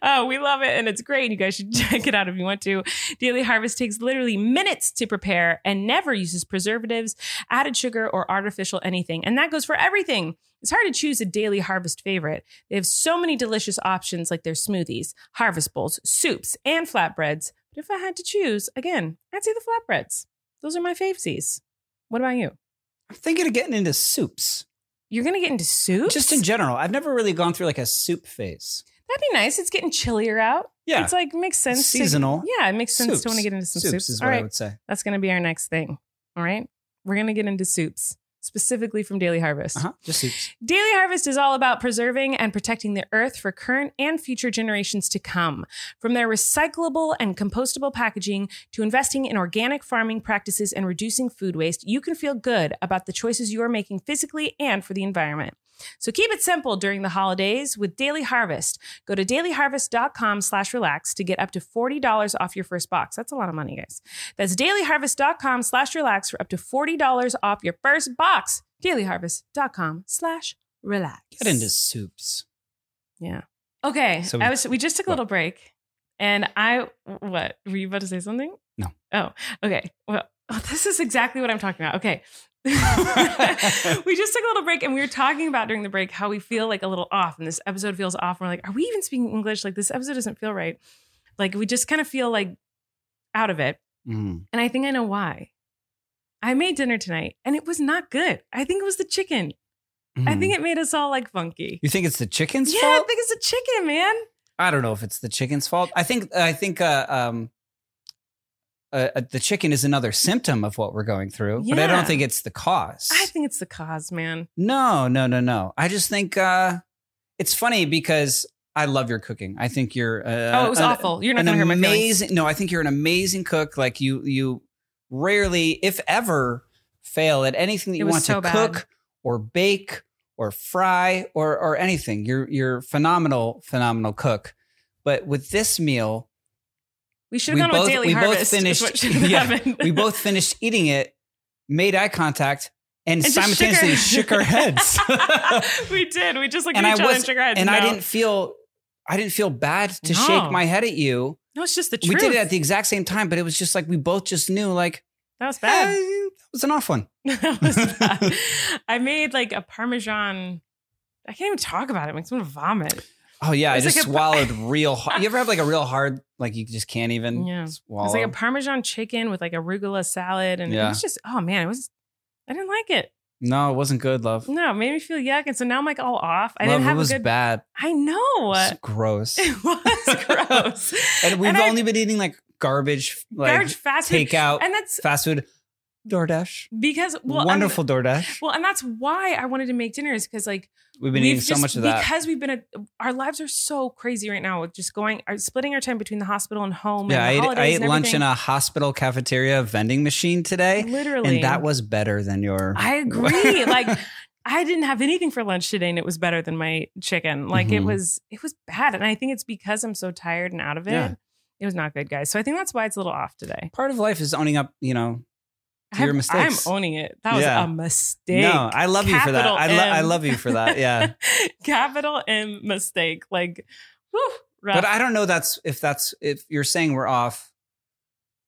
Uh, we love it and it's great. You guys should check it out if you want to. Daily Harvest takes literally minutes to prepare and never uses preservatives, added sugar, or artificial anything. And that goes for everything. It's hard to choose a daily harvest favorite. They have so many delicious options like their smoothies, harvest bowls, soups, and flatbreads. But if I had to choose, again, I'd say the flatbreads. Those are my favesies. What about you? I'm thinking of getting into soups. You're gonna get into soups. Just in general, I've never really gone through like a soup phase. that'd be nice. It's getting chillier out. Yeah, it's like makes sense. to- seasonal. yeah, it makes sense Soups. to want to get into some soups, soups. is All what I right, would say. that's gonna be our next thing. All right, we're gonna get into soups specifically from Daily Harvest. Uh huh. Just soups. Daily Harvest is all about preserving and protecting the earth for current and future generations to come. From their recyclable and compostable packaging to investing in organic farming practices and reducing food waste, you can feel good about the choices you are making physically and for the environment. So keep it simple during the holidays with Daily Harvest. Go to dailyharvest.com slash relax to get up to $40 off your first box. That's a lot of money, guys. That's dailyharvest.com slash relax for up to $40 off your first box. Dailyharvest.com slash relax. Get into soups. Yeah. Okay. So we- I was we just took a what? little break and I what? Were you about to say something? No. Oh, okay. Well, oh, this is exactly what I'm talking about. Okay. we just took a little break and we were talking about during the break how we feel like a little off and this episode feels off. And we're like, are we even speaking English? Like this episode doesn't feel right. Like we just kind of feel like out of it. Mm. And I think I know why. I made dinner tonight and it was not good. I think it was the chicken. I Mm. think it made us all like funky. you think it's the chicken's yeah, fault. I think it's a chicken, man. I don't know if it's the chicken's fault. I think I think uh, um, uh, uh, the chicken is another symptom of what we're going through, but I Yeah. don't think it's the cause. I think it's the cause, man. no, no, no, no. I just think uh, it's funny because I love your cooking. I think you're. Uh, oh, it was an- awful. You're not an going to hurt my feelings. amazing. No, I think you're an amazing cook. Like you, you rarely, if ever, fail at anything that It you was want so to bad. cook or bake or fry or or anything. You're you're phenomenal, phenomenal cook. But with this meal, We should we have gone both- with Daily we both Harvest. is finished- what should have yeah, happened. we both finished eating it, made eye contact, and, And just simultaneously shook our heads. we did. We just looked And at I each other and was- shook our heads. and I No. didn't feel I didn't feel bad to No. shake my head at you. No, it's just the We truth. did it at the exact same time, but it was just like we both just knew like that was bad. Eh, that was an off one. that was bad. I made like a Parmesan. I can't even talk about it. It makes me want to vomit. Oh yeah, I It's just like a- swallowed real hard. You ever have like a real hard, like you just can't even Yeah. swallow? It's like a Parmesan chicken with like arugula salad, and it Yeah. was just oh man, it was. I didn't like it. no, it wasn't good, love. No, it made me feel yuck, and so now I'm like all off. I love, didn't have it was a good. bad. I know. It's gross. It was gross. and we've And I- only been eating like garbage, like Garbage fast food. takeout, And that's fast food, DoorDash, because well, I'm- wonderful DoorDash. well, and that's why I wanted to make dinner is because like We've been eating so just- much of that. because we've been a, our lives are so crazy right now with just going our, splitting our time between the hospital and home. yeah, I ate, and the I holidays ate and lunch in everything. a hospital cafeteria vending machine today, literally, and that was better than your. I agree. like I didn't have anything for lunch today, and it was better than my chicken. Like it Mhm. was, it was bad, and I think it's because I'm so tired and out of it. Yeah. It was not good, guys. So I think that's why it's a little off today. part of life is owning up, you know, Your I'm, I'm mistakes. owning it. That was Yeah. a mistake. No, I love you for that. Capital I, lo- I M. love you for that. Yeah. Capital M mistake. Like, whew, rough. but I don't know that's if that's if you're saying we're off,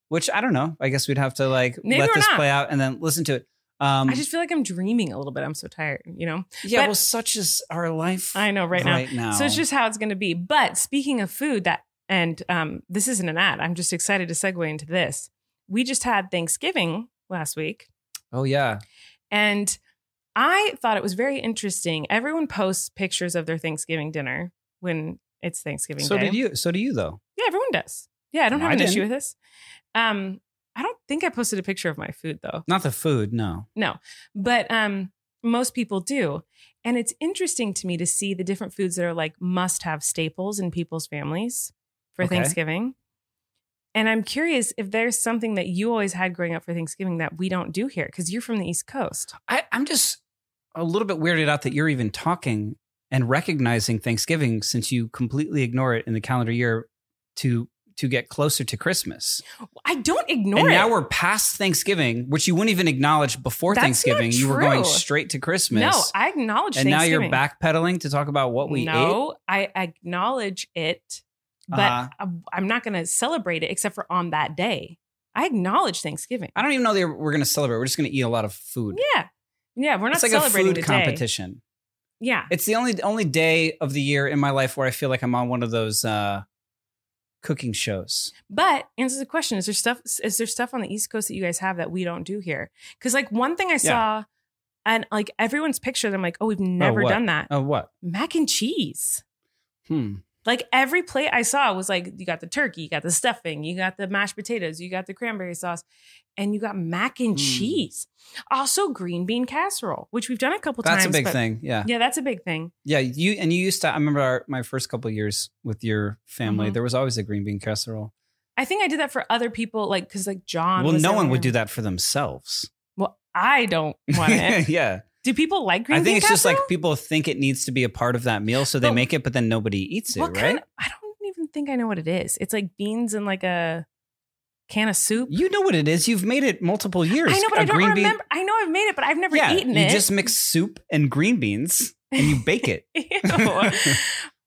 which I don't know. I guess we'd have to like Maybe let we're this not. play out and then listen to it. Um I just feel like I'm dreaming a little bit. I'm so tired, you know? yeah, but- well such is our life I know right, now. right now. So it's just how it's going to be. But speaking of food, that, and um, this isn't an ad. I'm just excited to segue into this. We just had Thanksgiving last week. Oh yeah. And I thought it was very interesting. Everyone posts pictures of their Thanksgiving dinner when it's Thanksgiving So Day. did you so do you though. Yeah, everyone does. Yeah, I don't No, have I an issue didn't. with this. Um, I don't think I posted a picture of my food though. Not the food, no. No, but um, most people do. And it's interesting to me to see the different foods that are like must have staples in people's families for Okay. Thanksgiving. And I'm curious if there's something that you always had growing up for Thanksgiving that we don't do here because you're from the East Coast. I, I'm just a little bit weirded out that you're even talking and recognizing Thanksgiving since you completely ignore it in the calendar year to to get closer to Christmas. I don't ignore and it. now we're past Thanksgiving, which you wouldn't even acknowledge before That's not Thanksgiving. You were going true. straight to Christmas. No, I acknowledge. and now you're Thanksgiving. backpedaling to talk about what we ate. no, I acknowledge it, but Uh-huh. I'm- I'm not going to celebrate it except for on that day. I acknowledge Thanksgiving. I don't even know that we're going to celebrate. We're just going to eat a lot of food. Yeah, yeah, we're it's not like celebrating a the food day. competition. Yeah, It's the only only day of the year in my life where I feel like I'm on one of those uh, cooking shows. but answer the question: Is there stuff? Is there stuff on the East Coast that you guys have that we don't do here? Because like one thing I saw, and like everyone's picture, I'm like, oh, we've never what? done that. Oh, what? Mac and cheese. Hmm. Like every plate I saw was like, you got the turkey, you got the stuffing, you got the mashed potatoes, you got the cranberry sauce, and you got mac and Mm. cheese. Also, green bean casserole, which we've done a couple That's times. a big but- thing. Yeah. Yeah, that's a big thing. Yeah. You and you used to. I remember our, my first couple years with your family. Mhm. There was always a green bean casserole. I think I did that for other people, like, because like John. well, was no in one would there. do that for themselves. Well, I don't want it. yeah. do people like green I think bean it's just casserole? like people think it needs to be a part of that meal, so they But- make it, but then nobody eats it, what right? kind? I don't even think I know what it is. It's like beans and like a can of soup. you know what it is. You've made it multiple years. I know, but A I don't green bean- remember. I know I've made it, but I've never yeah, eaten you it. just mix soup and green beans and you bake it. Ew.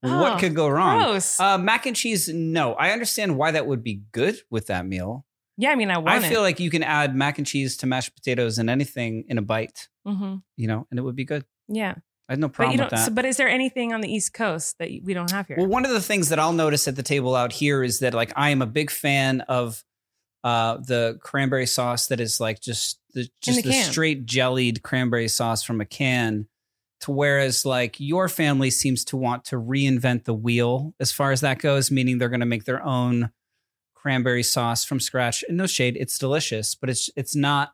Oh, what could go wrong? Gross. Uh, mac and cheese, no. I understand why that would be good with that meal. yeah, I mean, I I want feel it. like you can add mac and cheese to mashed potatoes and anything in a bite, hmm you know, and it would be good. Yeah, I had no but problem you with don't. that. So, but is there anything on the East Coast that we don't have here? Well, one of the things that I'll notice at the table out here is that like I am a big fan of uh the cranberry sauce that is like just the just the the, can. straight jellied cranberry sauce from a can. To whereas like your family seems to want to reinvent the wheel as far as that goes, meaning they're gonna make their own cranberry sauce from scratch. And no shade, it's delicious, but it's it's not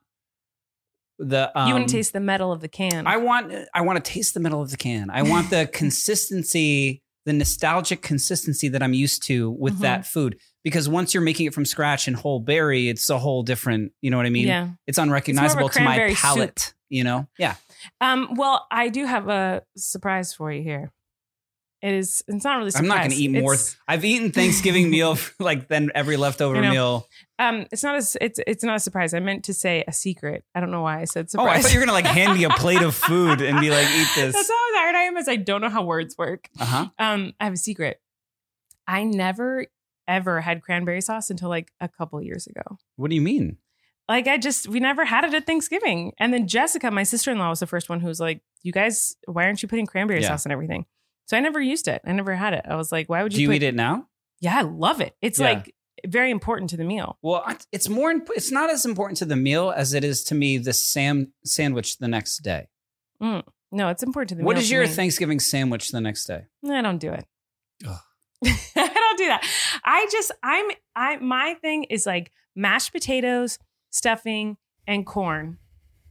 the um, you want to taste the metal of the can. I want I want to taste the middle of the can. I want the consistency, the nostalgic consistency that I'm used to with Mhm. that food. Because once you're making it from scratch and whole berry, it's a whole different. You know what I mean? yeah. It's unrecognizable to my cranberry soup. palate. You know? Yeah. Um. Well, I do have a surprise for you here. It is. It's not really. a Surprise. I'm not going to eat more. It's, I've eaten Thanksgiving meal for, like then every leftover You know, meal. um. It's not a. s- It's. It's not a surprise. I meant to say a secret. I don't know why I said Oh, I surprise. thought you were going to like hand me a plate of food and be like, eat That's this. how tired I am. Is I don't know how words work. Uh huh. Um. I have a secret. I never ever had cranberry sauce until like a couple years ago. What do you mean? like I just we never had it at Thanksgiving. And then Jessica, my sister in law, was the first one who was like, "You guys, why aren't you putting cranberry Yeah. sauce and everything?" So I never used it. I never had it. I was like, "Why would you?" Do you put- eat it now? Yeah, I love it. It's Yeah. like very important to the meal. Well, I- it's more. imp- It's not as important to the meal as it is to me the sam sandwich the next day. No, it's important to the meal. What is to your me. Thanksgiving sandwich the next day? No, I don't do it. Ugh. I don't do that. I just I'm I my thing is like mashed potatoes, stuffing, and corn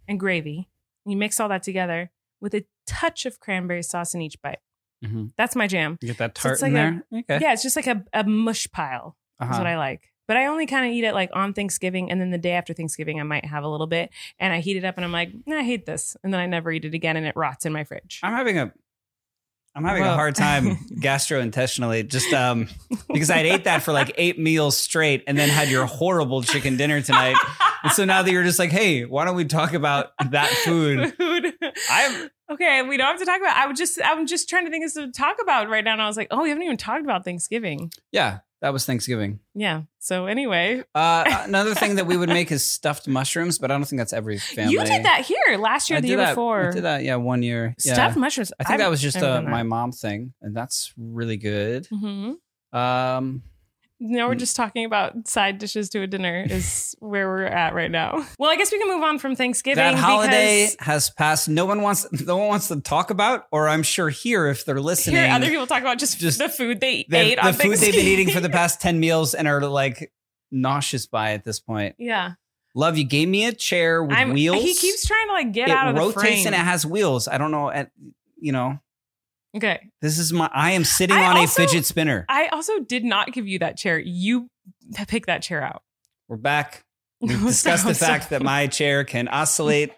and gravy. You mix all that together with a touch of cranberry sauce in each bite. Mhm. That's my jam. You get that So tart it's in like there. okay. Yeah, it's just like a, a mush pile Uh-huh. is what I like. But I only kind of eat it like on Thanksgiving and then the day after Thanksgiving I might have a little bit and I heat it up and I'm like, nah, I hate this. And then I never eat it again and it rots in my fridge. I'm having a. I'm having Well- a hard time gastrointestinally just um, because I'd ate that for like eight meals straight and then had your horrible chicken dinner tonight. And so now that you're just like, hey, why don't we talk about that food? Food. I'm okay, we don't have to talk about. I would just, I'm just trying to think of something to talk about right now, and I was like, oh, we haven't even talked about Thanksgiving. yeah, that was Thanksgiving. Yeah. So anyway, Uh, another thing that we would make is stuffed mushrooms, but I don't think that's every family. you did that here last year, I the did year that- before. I did that, yeah, one year. Yeah. Stuffed mushrooms. I think that was just uh, done that. my mom thing, and that's really good. hmm Um, Now we're Mm. just talking about side dishes to a dinner is where we're at right now. Well, I guess we can move on from Thanksgiving. that holiday because has passed. No one wants, no one wants to talk about, or I'm sure here if they're listening, Hear other people talk about just, Just the food they the, ate the on food they've been eating for the Thanksgiving. past ten meals and are like nauseous by at this point. Yeah, Love, you gave me a chair with I'm. wheels. He keeps trying to like get it out of the rotates frame. and it has wheels. I don't know. At, you know, okay, this is my. I am sitting I on also- a fidget spinner. I also did not give you that chair. You picked that chair out. We're back. We discussed So- the fact that my chair can oscillate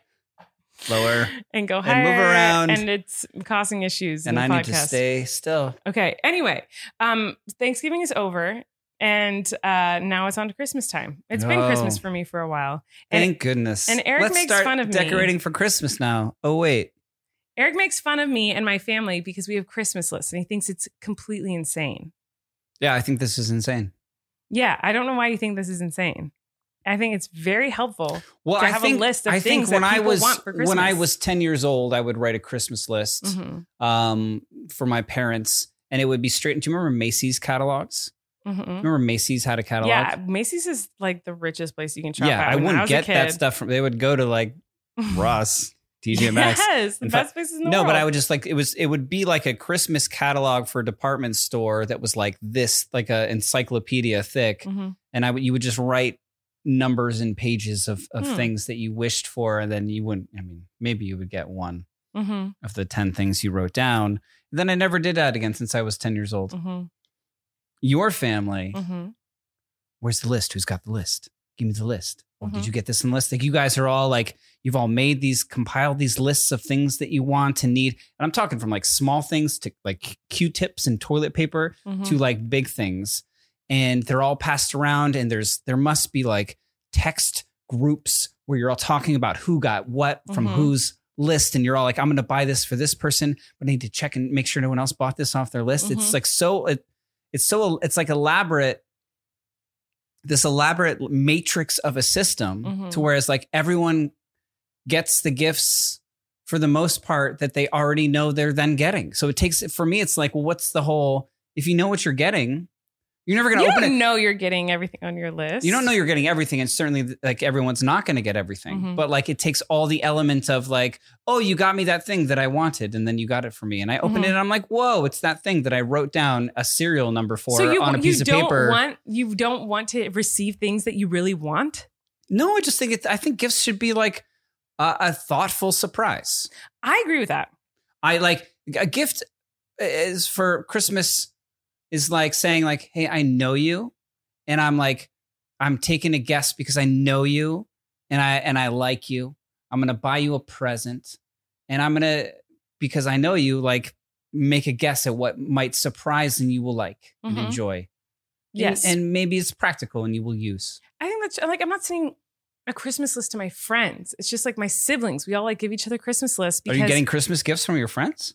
lower, and go higher and move around. and it's causing issues. and in I the need to podcast. stay still. Okay. Anyway, um, Thanksgiving is over, and uh, now it's on to Christmas time. It's been No. Christmas for me for a while. And- Thank goodness. and Eric Let's makes start fun of me. decorating for Christmas now. Oh wait, Eric makes fun of me and my family because we have Christmas lists, and he thinks it's completely insane. yeah, I think this is insane. Yeah, I don't know why you think this is insane. I think it's very helpful. Well, To I have a think list of I think things when that I people was want for when I Christmas. was ten years old, I would write a Christmas list Mhm, um, for my parents, and it would be straight. Do you remember Macy's catalogs? mhm. Remember Macy's had a catalog. Yeah, Macy's is like the richest place you can shop. yeah. at. I When wouldn't was a get that kid- stuff from. They would go to like Ross, TJ Maxx. Yes, the In fact- best places in the No, world. but I would just like it was. It would be like a Christmas catalog for a department store that was like this, like a encyclopedia thick, Mhm. and I would you would just write numbers and pages of of Hmm. things that you wished for, and then you wouldn't. I mean, maybe you would get one Mhm, of the ten things you wrote down. Then I never did that again since I was ten years old. mhm, Your family, mhm. where's the list? Who's got the list? Give me the list. Well, Mhm. did you get this in the list? Like you guys are all like, you've all made these, compiled these lists of things that you want and need. And I'm talking from like small things to like Q-tips and toilet paper Mhm. to like big things. And they're all passed around and there's there must be like text groups where you're all talking about who got what from Mhm. whose list and you're all like I'm going to buy this for this person but I need to check and make sure no one else bought this off their list Mhm. it's like so it, it's so it's like elaborate this elaborate matrix of a system Mhm. to where it's like everyone gets the gifts for the most part that they already know they're then getting. So it takes for me, it's like, well, what's the whole? If you know what you're getting, you're never going you to open don't it. know you're getting everything on your list. You don't know you're getting everything, and certainly like everyone's not going to get everything. Mhm. But like it takes all the elements of like, oh, you got me that thing that I wanted, and then you got it for me, and I open Mhm. it, and I'm like, whoa, it's that thing that I wrote down a serial number for so you, on a you piece of don't paper. want you don't want to receive things that you really want. no, I just think it's. I think gifts should be like a, a thoughtful surprise. I agree with that. I like a gift is for Christmas is like saying like, "Hey, I know you." And I'm like I'm taking a guess because I know you and I and I like you. I'm going to buy you a present and I'm going to because I know you like make a guess at what might surprise and you will like Mhm. and enjoy. And- Yes, And, maybe it's practical and you will use. I think that's like I'm not saying a Christmas list to my friends. It's just like my siblings. We all like give each other Christmas lists because Are you getting Christmas gifts from your friends?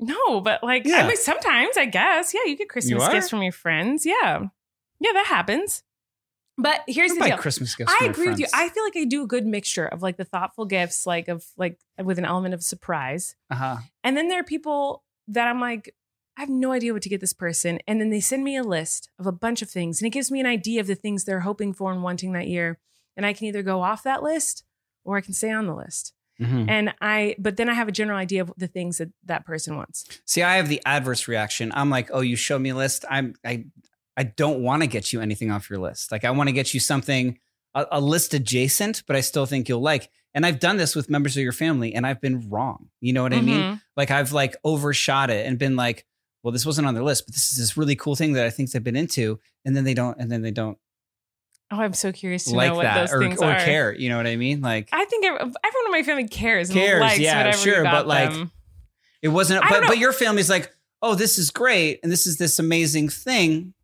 no, but like I Yeah. mean, sometimes I guess yeah, you get Christmas are? gifts from your friends. Yeah, yeah, that happens. But here's I the buy deal. Christmas gifts I from my agree with you. I friends. feel like I do a good mixture of like the thoughtful gifts, like of like with an element of surprise. uh-huh. And then there are people that I'm like, I have no idea what to get this person. And then they send me a list of a bunch of things and it gives me an idea of the things they're hoping for and wanting that year. And I can either go off that list or I can stay on the list. Mhm. And I, but then I have a general idea of the things that that person wants. See, I have the adverse reaction. I'm like, oh, you show me a list. I'm I I don't want to get you anything off your list. Like I want to get you something a, a list adjacent, but I still think you'll like. And I've done this with members of your family, and I've been wrong. You know what I Mm-hmm. mean? Like I've like overshot it and been like, well, this wasn't on their list, but this is this really cool thing that I think they've been into, and then they don't, and then they don't Oh, I'm so curious to know like what that those or, things or are. care. You know what I mean? Like I think ev- everyone in my family cares. and Cares, likes yeah, whatever you sure, got but, like, them. it wasn't, I don't but know. but your family's like, oh, this is great, and this is this amazing thing,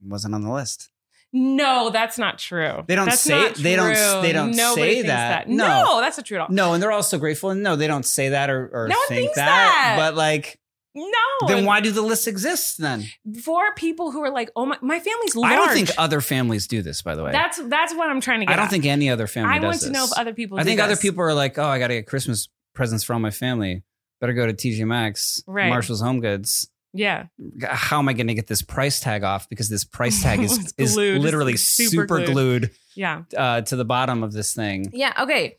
it wasn't on the list. No, that's not true. They don't That's say- not they don't- true. they don't Nobody say thinks that. No. No. that's not true at all. No, and they're all so grateful. And no, they don't say that or, or No one think thinks that. that, But like, No. then why do the lists exist then? For people who are like, oh my, my family's large. I don't think other families do this, by the way. that's that's what I'm trying to get. I don't at. think any other family I does want to this. know if other people. I do think other this. people are like, oh, I got to get Christmas presents for all my family. Better go to TJ Maxx, Right. Marshall's Home Goods. Yeah, How am I going to get this price tag off? Because this price tag It's is, is glued. It's literally super super glued, yeah, uh, to the bottom of this thing. yeah. Okay,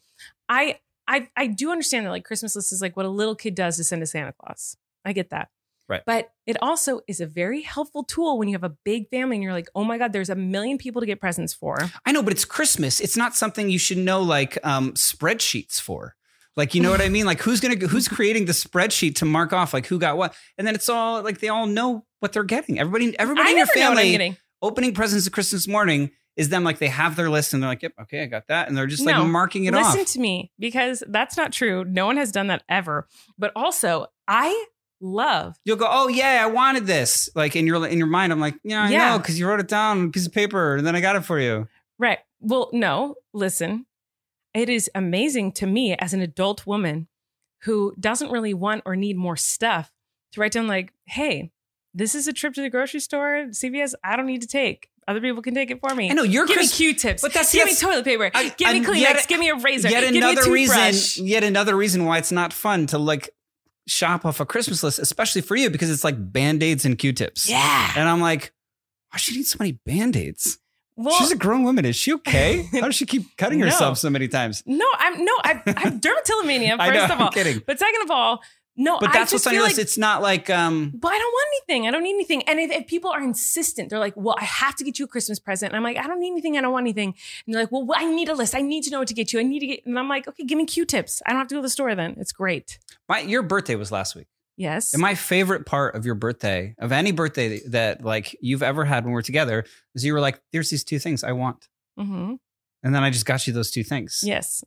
I I I do understand that like Christmas list is like what a little kid does to send to Santa Claus. I get that. Right. But it also is a very helpful tool when you have a big family and you're like, oh my God, there's a million people to get presents for. I know, but it's Christmas. It's not something you should know like um, spreadsheets for. Like, you know what I mean? Like, who's gonna who's creating the spreadsheet to mark off like who got what? And then it's all like they all know what they're getting. Everybody, everybody I in your never know what I'm family getting. opening presents at Christmas morning is them like they have their list and they're like, yep, okay, I got that, and they're just like No. marking it Listen off. to me because that's not true. No one has done that ever. But also, I love You'll go, oh yeah, I wanted this. Like in your in your mind, I'm like, yeah, I Yeah. know, because you wrote it down on a piece of paper, and then I got it for you. Right. Well, no, listen. It is amazing to me as an adult woman who doesn't really want or need more stuff to write down, like, hey, this is a trip to the grocery store, CVS, I don't need to take. Other people can take it for me. I know your Give Christmas. me Q-tips. but that's- give yes. me toilet paper. I- give me and Kleenex. yet- give me a razor. yet give me a another toothbrush. reason yet another reason why it's not fun to like shop off a christmas list especially for you because it's like band-aids and q-tips Yeah. and i'm like why does she need so many band-aids Well, she's a grown woman is she okay how does she keep cutting No. herself so many times no, I'm no, I, I have dermatillomania. First i know of all, i'm kidding but second of all, no, but I that's just what's on feel your like list it's not like um but I don't want anything. I don't need anything. And if, if people are insistent, they're like, well, I have to get you a Christmas present. And I'm like, I don't need anything. I don't want anything. And they're like, well, I need a list. I need to know what to get you. I need to get. And I'm like, okay, give me Q-tips. I don't have to go to the store then. It's great. my your birthday was last week Yes. and my favorite part of your birthday of any birthday that like you've ever had when we're together is you were like there's these two things i want mm-hmm. and then i just got you those two things Yes.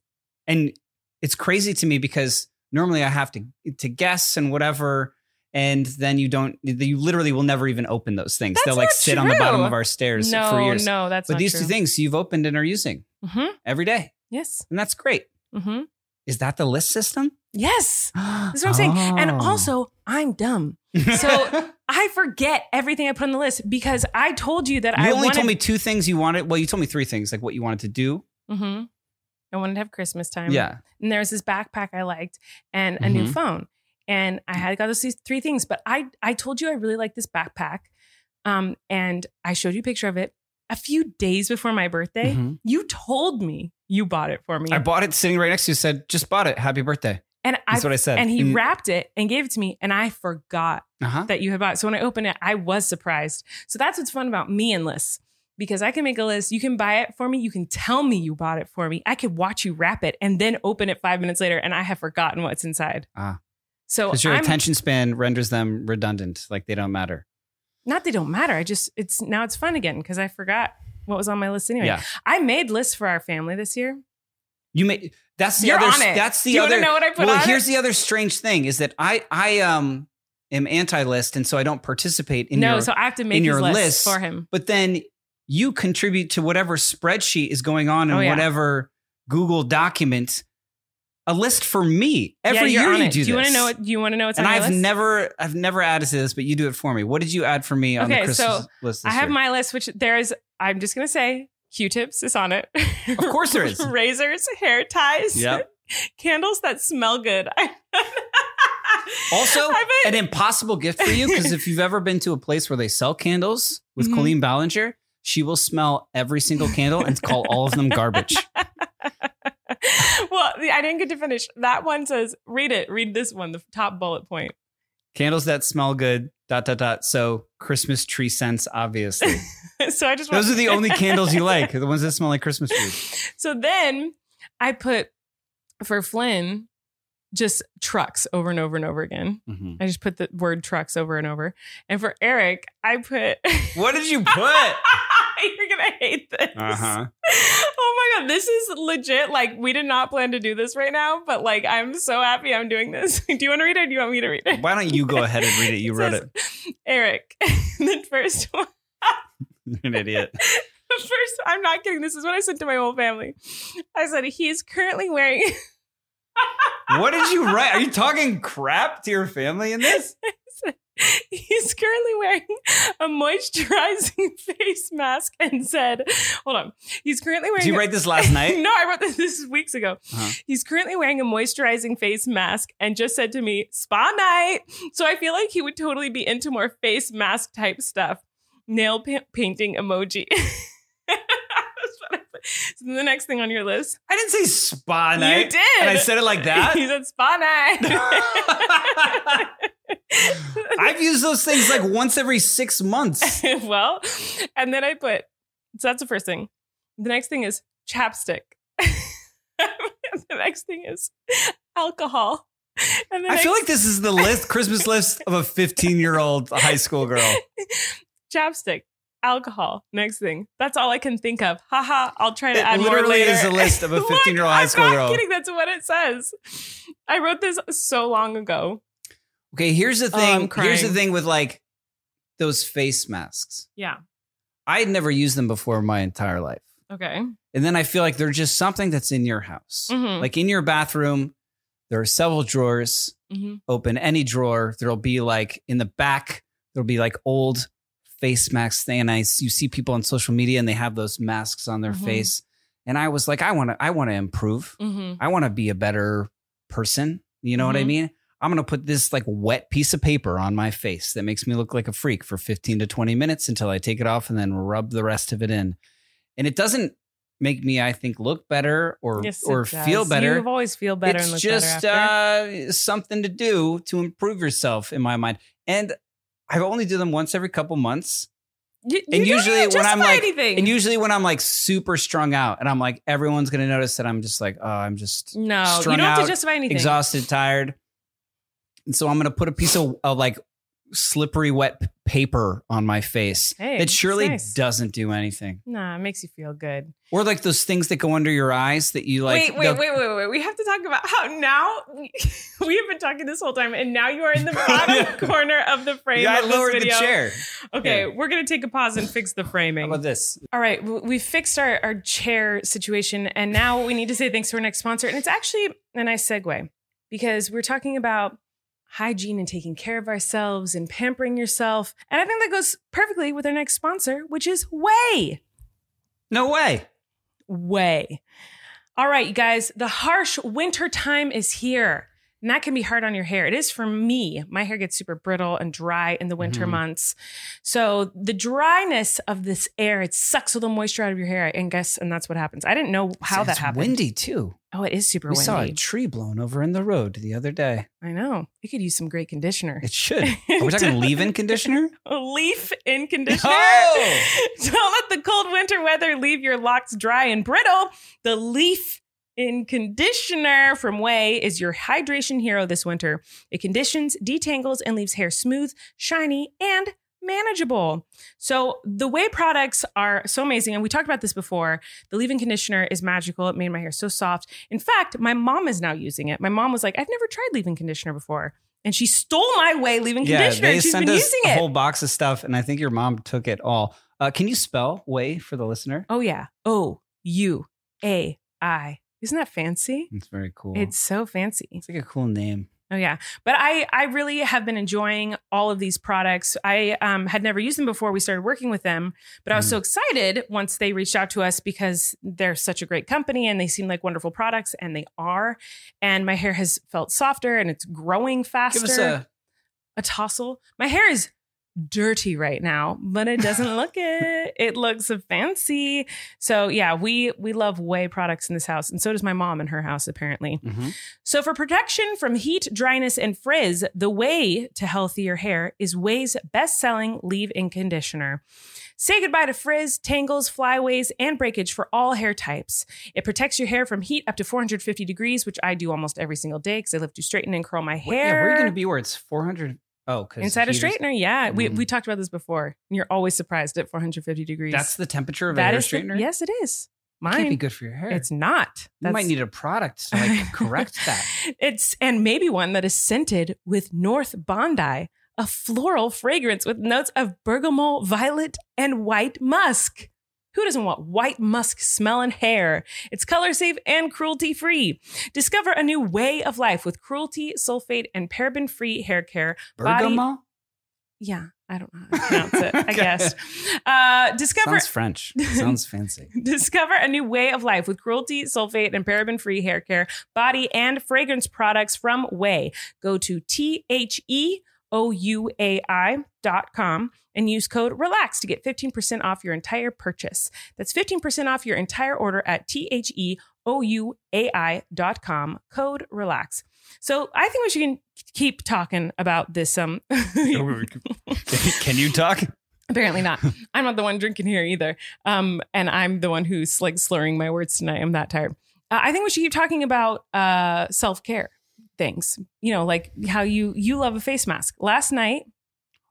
and it's crazy to me because normally I have to to guess and whatever, and then you don't. You literally will never even open those things. That's They'll like not sit on the true. bottom of our stairs No, for years. no, that's but not these true. two things you've opened and are using Mm-hmm. every day, Yes. and that's great. Mm-hmm. Is that the list system? Oh. Yes. That's That's what I'm saying. And also, I'm dumb. so- I forget everything I put on the list because I told you that you I only wanted. told me two things you wanted. Well, you told me three things, like what you wanted to do. Mhm. I wanted to have Christmas time. yeah, and there was this backpack I liked and a new Mhm. phone. And Mm. I had got those these three things, but I I told you I really liked this backpack. Um, and I showed you a picture of it a few days before my birthday. Mhm. You told me you bought it for me. I bought it sitting right next to you. Said just bought it. Happy birthday. and I That's what I said. and he wrapped it and gave it to me, and I forgot Uh huh. that you had bought it. So when I opened it, I was surprised. So that's what's fun about me and lists. Because I can make a list, you can buy it for me, you can tell me you bought it for me. I could watch you wrap it and then open it five minutes later and I have forgotten what's inside. Ah. So Because your I'm, attention span renders them redundant, like they don't matter. not they don't matter. I just it's now it's fun again because I forgot what was on my list anyway. Yeah. I made lists for our family this year. You may. That's the You're other. on it. That's the Do you other. wanna know what I put well, on here's it? the other strange thing is that I I um am anti list, and so I don't participate in no, your. so I have to make in his your list, list, for him. but then you contribute to whatever spreadsheet is going on in Oh, yeah. whatever Google document. A list for me yeah, every you're year. on you it. do, do you want to this. know what do you want to know what's And on my I've list? never I've never added to this, but you do it for me. What did you add for me on the Okay, so Christmas list? I this have year? my list, which there is I'm just gonna say Q-tips is on it. Of course there is. Razors, hair ties, Yep. candles that smell good. Also, I bet- an impossible gift for you because if you've ever been to a place where they sell candles with Mhm. Colleen Ballinger, she will smell every single candle and call all of them garbage. well, I didn't get to finish. That one says, read it, read this one, the top bullet point. Candles that smell good, dot, dot, dot. So Christmas tree scents, obviously. so I just Those want- are the only candles you like, the ones that smell like Christmas trees. So then I put for Flynn just trucks over and over and over again. Mhm. I just put the word trucks over and over. And for Eric, I put What did you put? You're gonna hate this. Uh huh. Oh my god, this is legit. Like we did not plan to do this right now, but like I'm so happy I'm doing this. do you want to read it? or Do you want me to read it? Why don't you go ahead and read it? You wrote it. Eric, the first one. You're an idiot. The I'm not kidding. This is what I said to my whole family. I said he is currently wearing. What did you write? Are you talking crap to your family in this? He's currently wearing a moisturizing face mask and said, "Hold on." He's currently wearing. Did you a- write this last night? no, I wrote this, this is weeks ago. Uh-huh. He's currently wearing a moisturizing face mask and just said to me, spa night. So I feel like he would totally be into more face mask type stuff. Nail pa- painting emoji. That's what I put. so the next thing on your list. I didn't say spa night. You did. And I said it like that. He said spa night. I've used those things like once every six months. well, and then I put, so that's the first thing. The next thing is chapstick. the next thing is alcohol. And the I feel next- like this is the list, Christmas list of a 15 year old high school girl. chapstick, alcohol. Next thing. That's all I can think of. Haha, I'll try to It add more literally later. is a list of a Look, 15 year old high school I'm not girl. kidding. That's what it says. I wrote this so long ago. Okay, here's the Oh, thing. I'm here's the crying. thing with like those face masks. Yeah. I had never used them before in my entire life. Okay. And then I feel like they're just something that's in your house. Mhm. Like in your bathroom, there are several drawers. Mhm. open any drawer, there'll be like in the back, there'll be like old face masks thing. And I, you see people on social media and they have those masks on their Mhm. face. And I was like, I want to, I want to improve. Mhm. I want to be a better person. You know what I Mhm. mean? I'm going to put this like wet piece of paper on my face that makes me look like a freak for 15 to 20 minutes until I take it off and then rub the rest of it in. And it doesn't make me, I think, look better or, Yes, it or does. feel better You always feel better it's and look just better after. uh, something to do to improve yourself in my mind and i only do them once every couple months You- you and don't usually even when I'm, justify like- anything. and usually when i'm like super strung out and i'm like everyone's gonna notice that i'm just like oh i'm just no, Mm, you strung don't have to out, justify anything. exhausted tired and so i'm gonna put a piece of, of like slippery wet p- paper on my face Hey, that that's surely nice. doesn't do anything Nah, it makes you feel good. or like those things that go under your eyes that you like wait, wait, the- wait, wait, wait. We have to talk about how now we have been talking this whole time, and now you are in the bottom Yeah. corner of the frame. yeah, I of this lowered the video. chair. Okay, Yeah. we're gonna take a pause and fix the How framing. about this? All right, w- we fixed our, our chair situation, and now we need to say thanks to our next sponsor. And it's actually a nice segue because we're talking about hygiene and taking care of ourselves and pampering yourself. And I think that goes perfectly with our next sponsor, which is Way. No way. Way. All right, you guys, the harsh winter time is here. And that can be hard on your hair. It is for me. My hair gets super brittle and dry in the winter Mhm. months. So the dryness of this air, it sucks all the moisture out of your hair. And guess, and that's what happens. I didn't know how It's that happened. Windy too. Oh, it is super We windy. saw a tree blown over in the road the other day. I know. You could use some great conditioner. It should. Are we talking leave-in conditioner? A leaf in conditioner. Oh! Don't let the cold winter weather leave your locks dry and brittle. The leaf in conditioner from Way is your hydration hero this winter. It conditions, detangles, and leaves hair smooth, shiny, and manageable. So the Way products are so amazing. And we talked about this before. The leave in conditioner is magical. It made my hair so soft. In fact, my mom is now using it. My mom was like, I've never tried leave in conditioner before. And she stole my Way leave in Yeah, conditioner. they and she's sent been us using a it. whole box of stuff, and I think your mom took it all. Uh, can you spell way for the listener? Oh yeah. O U A I. Isn't that fancy? It's very cool. It's so fancy. it's like a cool name. Oh yeah. But I I really have been enjoying all of these products. I um had never used them before we started working with them, but I was Mm. so excited once they reached out to us because they're such a great company and they seem like wonderful products and they are. And my hair has felt softer and it's growing faster. Give us a a tousle. My hair is dirty right now, but it doesn't look it. It looks fancy. So yeah, we we love way products in this house, and so does my mom in her house apparently. mhm. So for protection from heat, dryness, and frizz, the way to healthier hair is Way's best-selling leave-in conditioner. Say goodbye to frizz, tangles, flyaways, and breakage for all hair types. It protects your hair from heat up to 450 degrees, which I do almost every single day because I live to straighten and curl my Wait, hair. Yeah, we're gonna be where it's four hundred. Oh, because Inside a straightener, yeah. We, Mhm. we talked about this before. And you're always surprised at 450 degrees. That's the temperature of a That hair is the- straightener. yes, it is. It Mine. can't be good for your hair. It's not. you might need a product to like correct that. It's and maybe one that is scented with North Bondi, a floral fragrance with notes of bergamot, violet, and white musk. Who doesn't want white musk smelling hair? It's color safe and cruelty free. Discover a new way of life with cruelty, sulfate, and paraben free hair care. Body- Bergamo? Yeah, I don't know how to pronounce it, I guess. Uh, discover Sounds French. Sounds fancy. Discover a new way of life with cruelty, sulfate, and paraben free hair care, body, and fragrance products from Way. Go to T H E O U A I dot com and use code RELAX to get 15% off your entire purchase. That's 15% off your entire order at T H E O U A I dot com, code RELAX. So I think we should can keep talking about this. Um, Can you talk? Apparently not. I'm not the one drinking here either. Um, and I'm the one who's like slurring my words tonight. I'm that tired. Uh, I think we should keep talking about uh, self care things. You know, like how you you love a face mask. Last night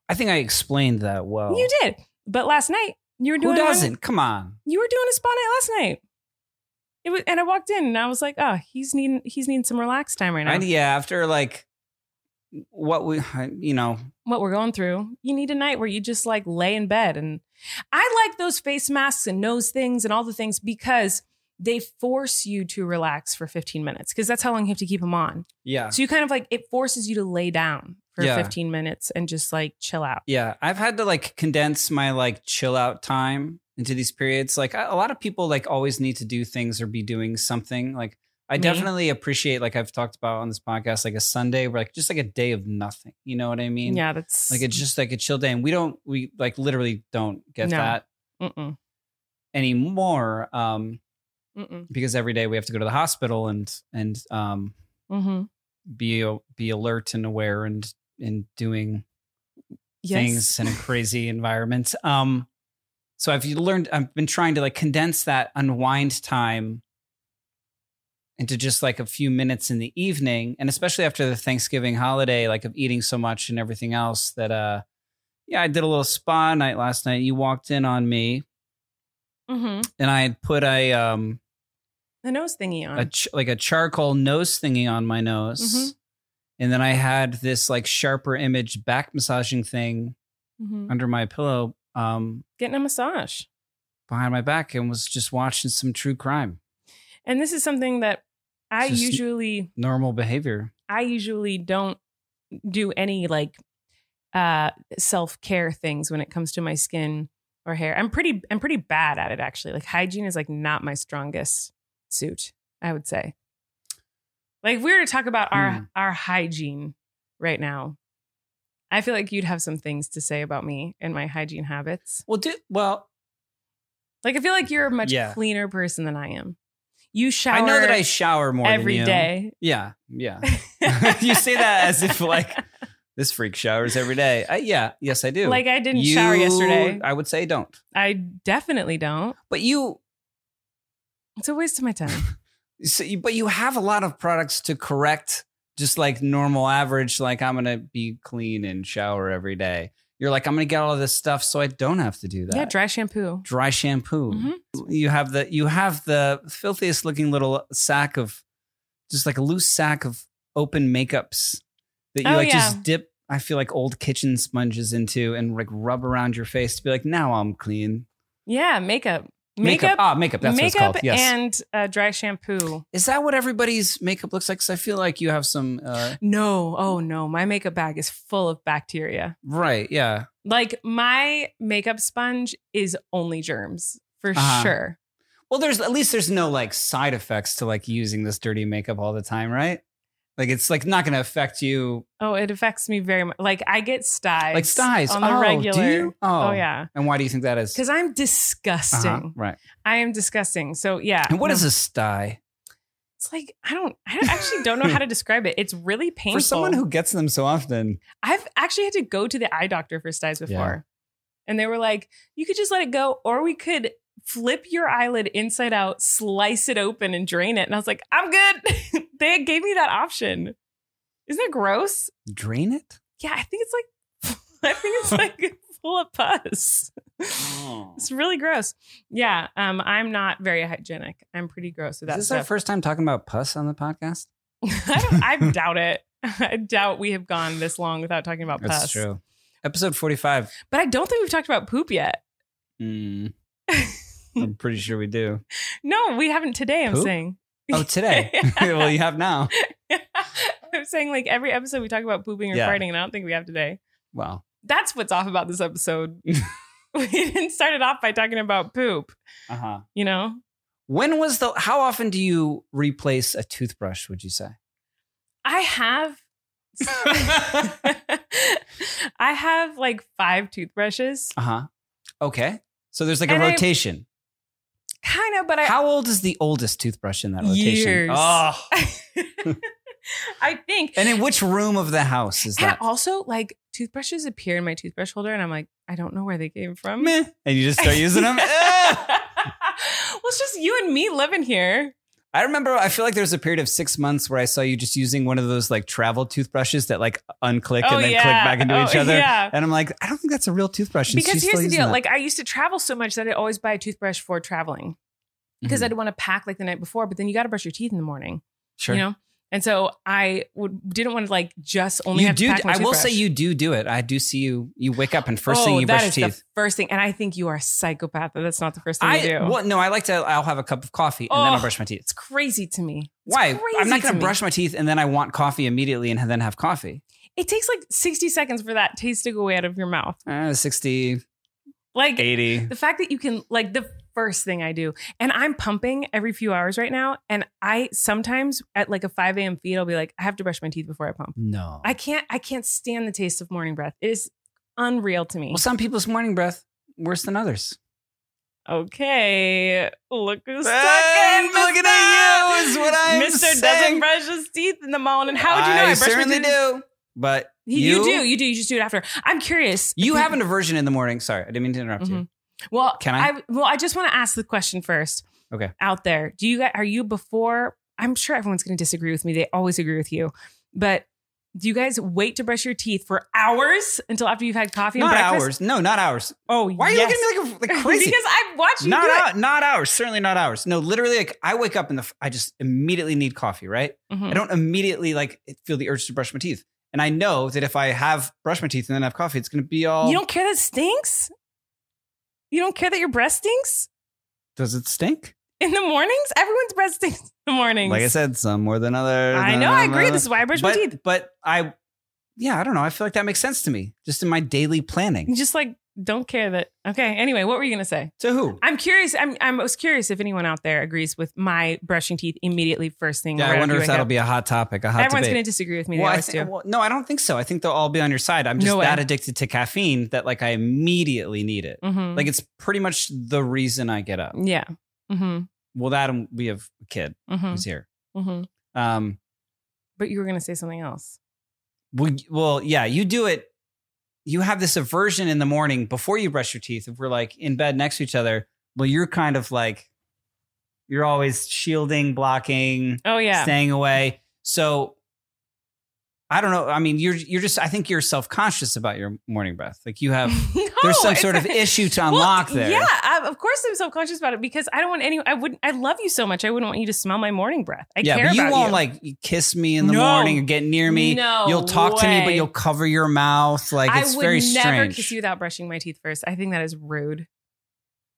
I think I explained that well. you did, but last night you were doing Oh. Who one- doesn't? Come on. you were doing a spa night last night. It was, and I walked in and I was like, oh, he's needing he's needing some relax time right now. I, yeah, after like what we, you know, what we're going through. You need a night where you just like lay in bed. And I like those face masks and nose things and all the things because they force you to relax for 15 minutes because that's how long you have to keep them on. yeah, So you kind of like it forces you to lay down for Ah. Yeah. 15 minutes and just like chill out. yeah. I've had to like condense my like chill out time into these periods. Like I, a lot of people like always need to do things or be doing something. Like I Me? definitely appreciate like I've talked about on this podcast, like a Sunday where like just like a day of nothing. You know what I mean? yeah, that's Like it's just like a chill day, and we don't we like literally don't get No. that mm-mm, anymore. Um, mm-mm, because every day we have to go to the hospital and and um mm-hmm. be be alert and aware and and doing things in a crazy environment. Um, so I've learned, I've been trying to like condense that unwind time into just like a few minutes in the evening, and especially after the Thanksgiving holiday, like of eating so much and everything else that, uh, yeah, I did a little spa night last night. You walked in on me, Mm-hmm. and I had put a um The nose thingy on. a ch- like a charcoal nose thingy on my nose, Mhm. and then I had this like sharper image back massaging thing Mhm. under my pillow. Um, Getting a massage. behind my back and was just watching some true crime. And this is something that I Just- usually Normal behavior. I usually don't do any like uh self-care things when it comes to my skin or hair. I'm pretty I'm pretty bad at it actually. Like hygiene is like not my strongest suit, I would say. Like if we were to talk about our Hmm. our hygiene right now. I feel like you'd have some things to say about me and my hygiene habits. Well, do well. Like I feel like you're a much Yeah. cleaner person than I am. You shower I know that I shower more every than you. day. Yeah, yeah. you say that as if like this freak showers every day. I, yeah, yes, I do. like I didn't shower yesterday. I would say don't. I definitely don't. But you, It's a waste of my time. so you- but you have a lot of products to correct. Just like normal average, like I'm gonna be clean and shower every day. You're like I'm gonna get all of this stuff so I don't have to do that. yeah, dry shampoo. dry shampoo. Mhm. You have the you have the filthiest looking little sack of just like a loose sack of open makeups that you Oh, like yeah. just dip. I feel like old kitchen sponges into and like rub around your face to be like, now I'm clean. Yeah, makeup. Makeup, Makeup. ah, makeup. That's what it's makeup called. Yes. and uh, dry shampoo. is that what everybody's makeup looks like? Because I feel like you have some. Uh, No, oh no, my makeup bag is full of bacteria. right. Yeah. Like my makeup sponge is only germs for Uh-huh. sure. Well, there's at least there's no like side effects to like using this dirty makeup all the time, right? Like it's like not going to affect you Oh, it affects me very much. Like I get styes, like styes on the oh, regular. Do you? Oh, yeah, And why do you think that is? because I'm Uh-huh, disgusting. Right. I am disgusting. So yeah. And what no, is a sty? It's like I don't. I don't- actually don't know how to describe it. It's really painful For someone who gets them so often, I've actually had to go to the eye doctor for styes before. And they were like, you could just let it go, or we could flip your eyelid inside out, slice it open, and drain it. And I was like, I'm good. they gave me that option. Isn't that gross? drain it. Yeah, I think it's like, I think it's like full of pus. It's really gross. Yeah, um, I'm not very hygienic. I'm pretty gross with Is that this our stuff. first time talking about pus on the podcast? I, don't- I doubt it. I doubt we have gone this long without talking about pus. Episode 45. But I don't think we've talked about poop yet. Mm. Hmm. I'm pretty sure we do. No, we haven't today. I'm Poop? saying. Oh, today. well, you have now. I'm saying like every episode we talk about pooping or Yeah. farting, and I don't think we have today. Well, That's what's off about this episode. we didn't start it off by talking about poop. uh huh. You know, When was the? How often do you replace a toothbrush? Would you say? I have. I have like five toothbrushes, Uh huh. Okay. So there's like a And I- rotation. kind of, but I how old is the oldest toothbrush in that rotation? Years. Oh. I think And in which room of the house is And that? also, like toothbrushes appear in my toothbrush holder, and I'm like, I don't know where they came from. Meh. And you just start using them. Ah! well, it's just you and me living here. I remember. I feel like there was a period of six months where I saw you just using one of those like travel toothbrushes that like unclick oh and then yeah, click back into Oh, each other. Yeah. And I'm like, I don't think that's a real toothbrush. and Because she's here's still the using deal: that. like I used to travel so much that I always buy a toothbrush for traveling because Mhm. I'd want to pack like the night before, but then you got to brush your teeth in the morning, sure. you know. And so I would didn't want to like just only You have do. To pack my I will toothbrush. say you do do it. I do see you. You wake up and first oh, thing you that brush is teeth. the first thing, and I think you are a psychopath. That that's not the first thing I you do. well, no. I like to. I'll have a cup of coffee and then I'll Oh. brush my teeth. It's crazy to me. It's Why? I'm crazy not going to to me. brush my teeth and then I want coffee immediately and then have coffee. It takes like 60 seconds for that taste to go out of your mouth. Uh, 60, Like 80. the fact that you can, like, the first thing I do, and I'm pumping every few hours right now. And I sometimes at like a 5 a.m. feed, I'll be like, I have to brush my teeth before I pump. No. I can't, I can't stand the taste of morning breath. It is unreal to me. well, some people's morning breath worse than others. Okay. Look who's talking. I'm looking at you is what I'm Mr. saying. doesn't brush his teeth in the morning. How would you know? I, brush my certainly teeth- do. But You, you do. You do. You just do it after. I'm curious. You have an aversion in the morning. Sorry, I didn't mean to interrupt Mm-hmm. you. Well, Can I? Well, I just want to ask the question first. Okay. Out there, do you guys are you before? I'm sure everyone's going to disagree with me. They always agree with you, but do you guys wait to brush your teeth for hours until after you've had coffee? Not and breakfast? hours. No, not hours. Oh, Why are you yes. looking at me like, like crazy? because I've watched you not do it. hou- not hours. Certainly not hours. No, literally. Like I wake up and the f- I just immediately need coffee. Right. Mhm. I don't immediately like feel the urge to brush my teeth. And I know that if I have brushed my teeth and then have coffee, it's going to be all. You don't care that it stinks. You don't care that your breath stinks Does it stink? in the mornings. Everyone's breath stinks in the mornings. Like I said, some more than others. uh, I know. I agree. This is why I brush but, my teeth. But I, yeah, I don't know. I feel like that makes sense to me, just in my daily You planning. just like don't care that. Okay. Anyway, what were you going to say? To who? I'm curious. I'm I'm most curious if anyone out there agrees with my brushing teeth immediately first thing. yeah, right I wonder if after you wake that'll up. be a hot topic, a hot Everyone's debate. going to disagree with me. well, they I always think, do. well, no, I don't think so. I think they'll all be on your side. I'm just No way. that addicted to caffeine that like I immediately need it. Mhm. Like it's pretty much the reason I get up. yeah. hmm Well, that and we have a kid hmm who's here. hmm Um, But you were going to say something else. Well, y- well, yeah, you do it. You have this aversion in the morning before you brush your teeth. If we're like in bed next to each other, well, you're kind of like, you're always shielding, blocking, Oh yeah. staying away. So I don't know. I mean, you're you're just. I think you're self conscious about your morning breath. Like you have, No, there's some it's- sort of issue to Well, unlock there. Yeah, I, of course I'm self-conscious about it because I don't want any. I wouldn't. I love you so much. I wouldn't want you to smell my morning breath. I yeah, care but you about won't you. like kiss me in the No. morning or get near me. No you'll talk to me, but way. you'll cover your mouth. Like it's I would very never strange. kiss you without brushing my teeth first. I think that is rude.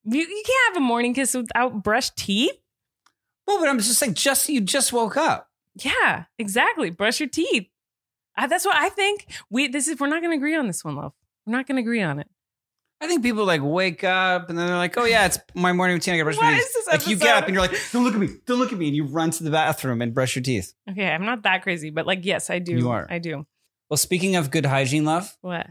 You, you can't have a morning kiss without brushed teeth. Well, but I'm just like, just you just woke up. Yeah, exactly. Brush your teeth. I, that's what I think. We this is we're not going to agree on this one, love. We're not going to agree on it. I think people like wake up and then they're like, oh yeah, it's my morning routine. I gotta brush my What teeth. is this Like you get episode? up and you're like, don't look at me, don't look at me, and you run to the bathroom and brush your teeth. Okay, I'm not that crazy, but like, yes, I do. You are. I do. Well, speaking of good hygiene, love, What?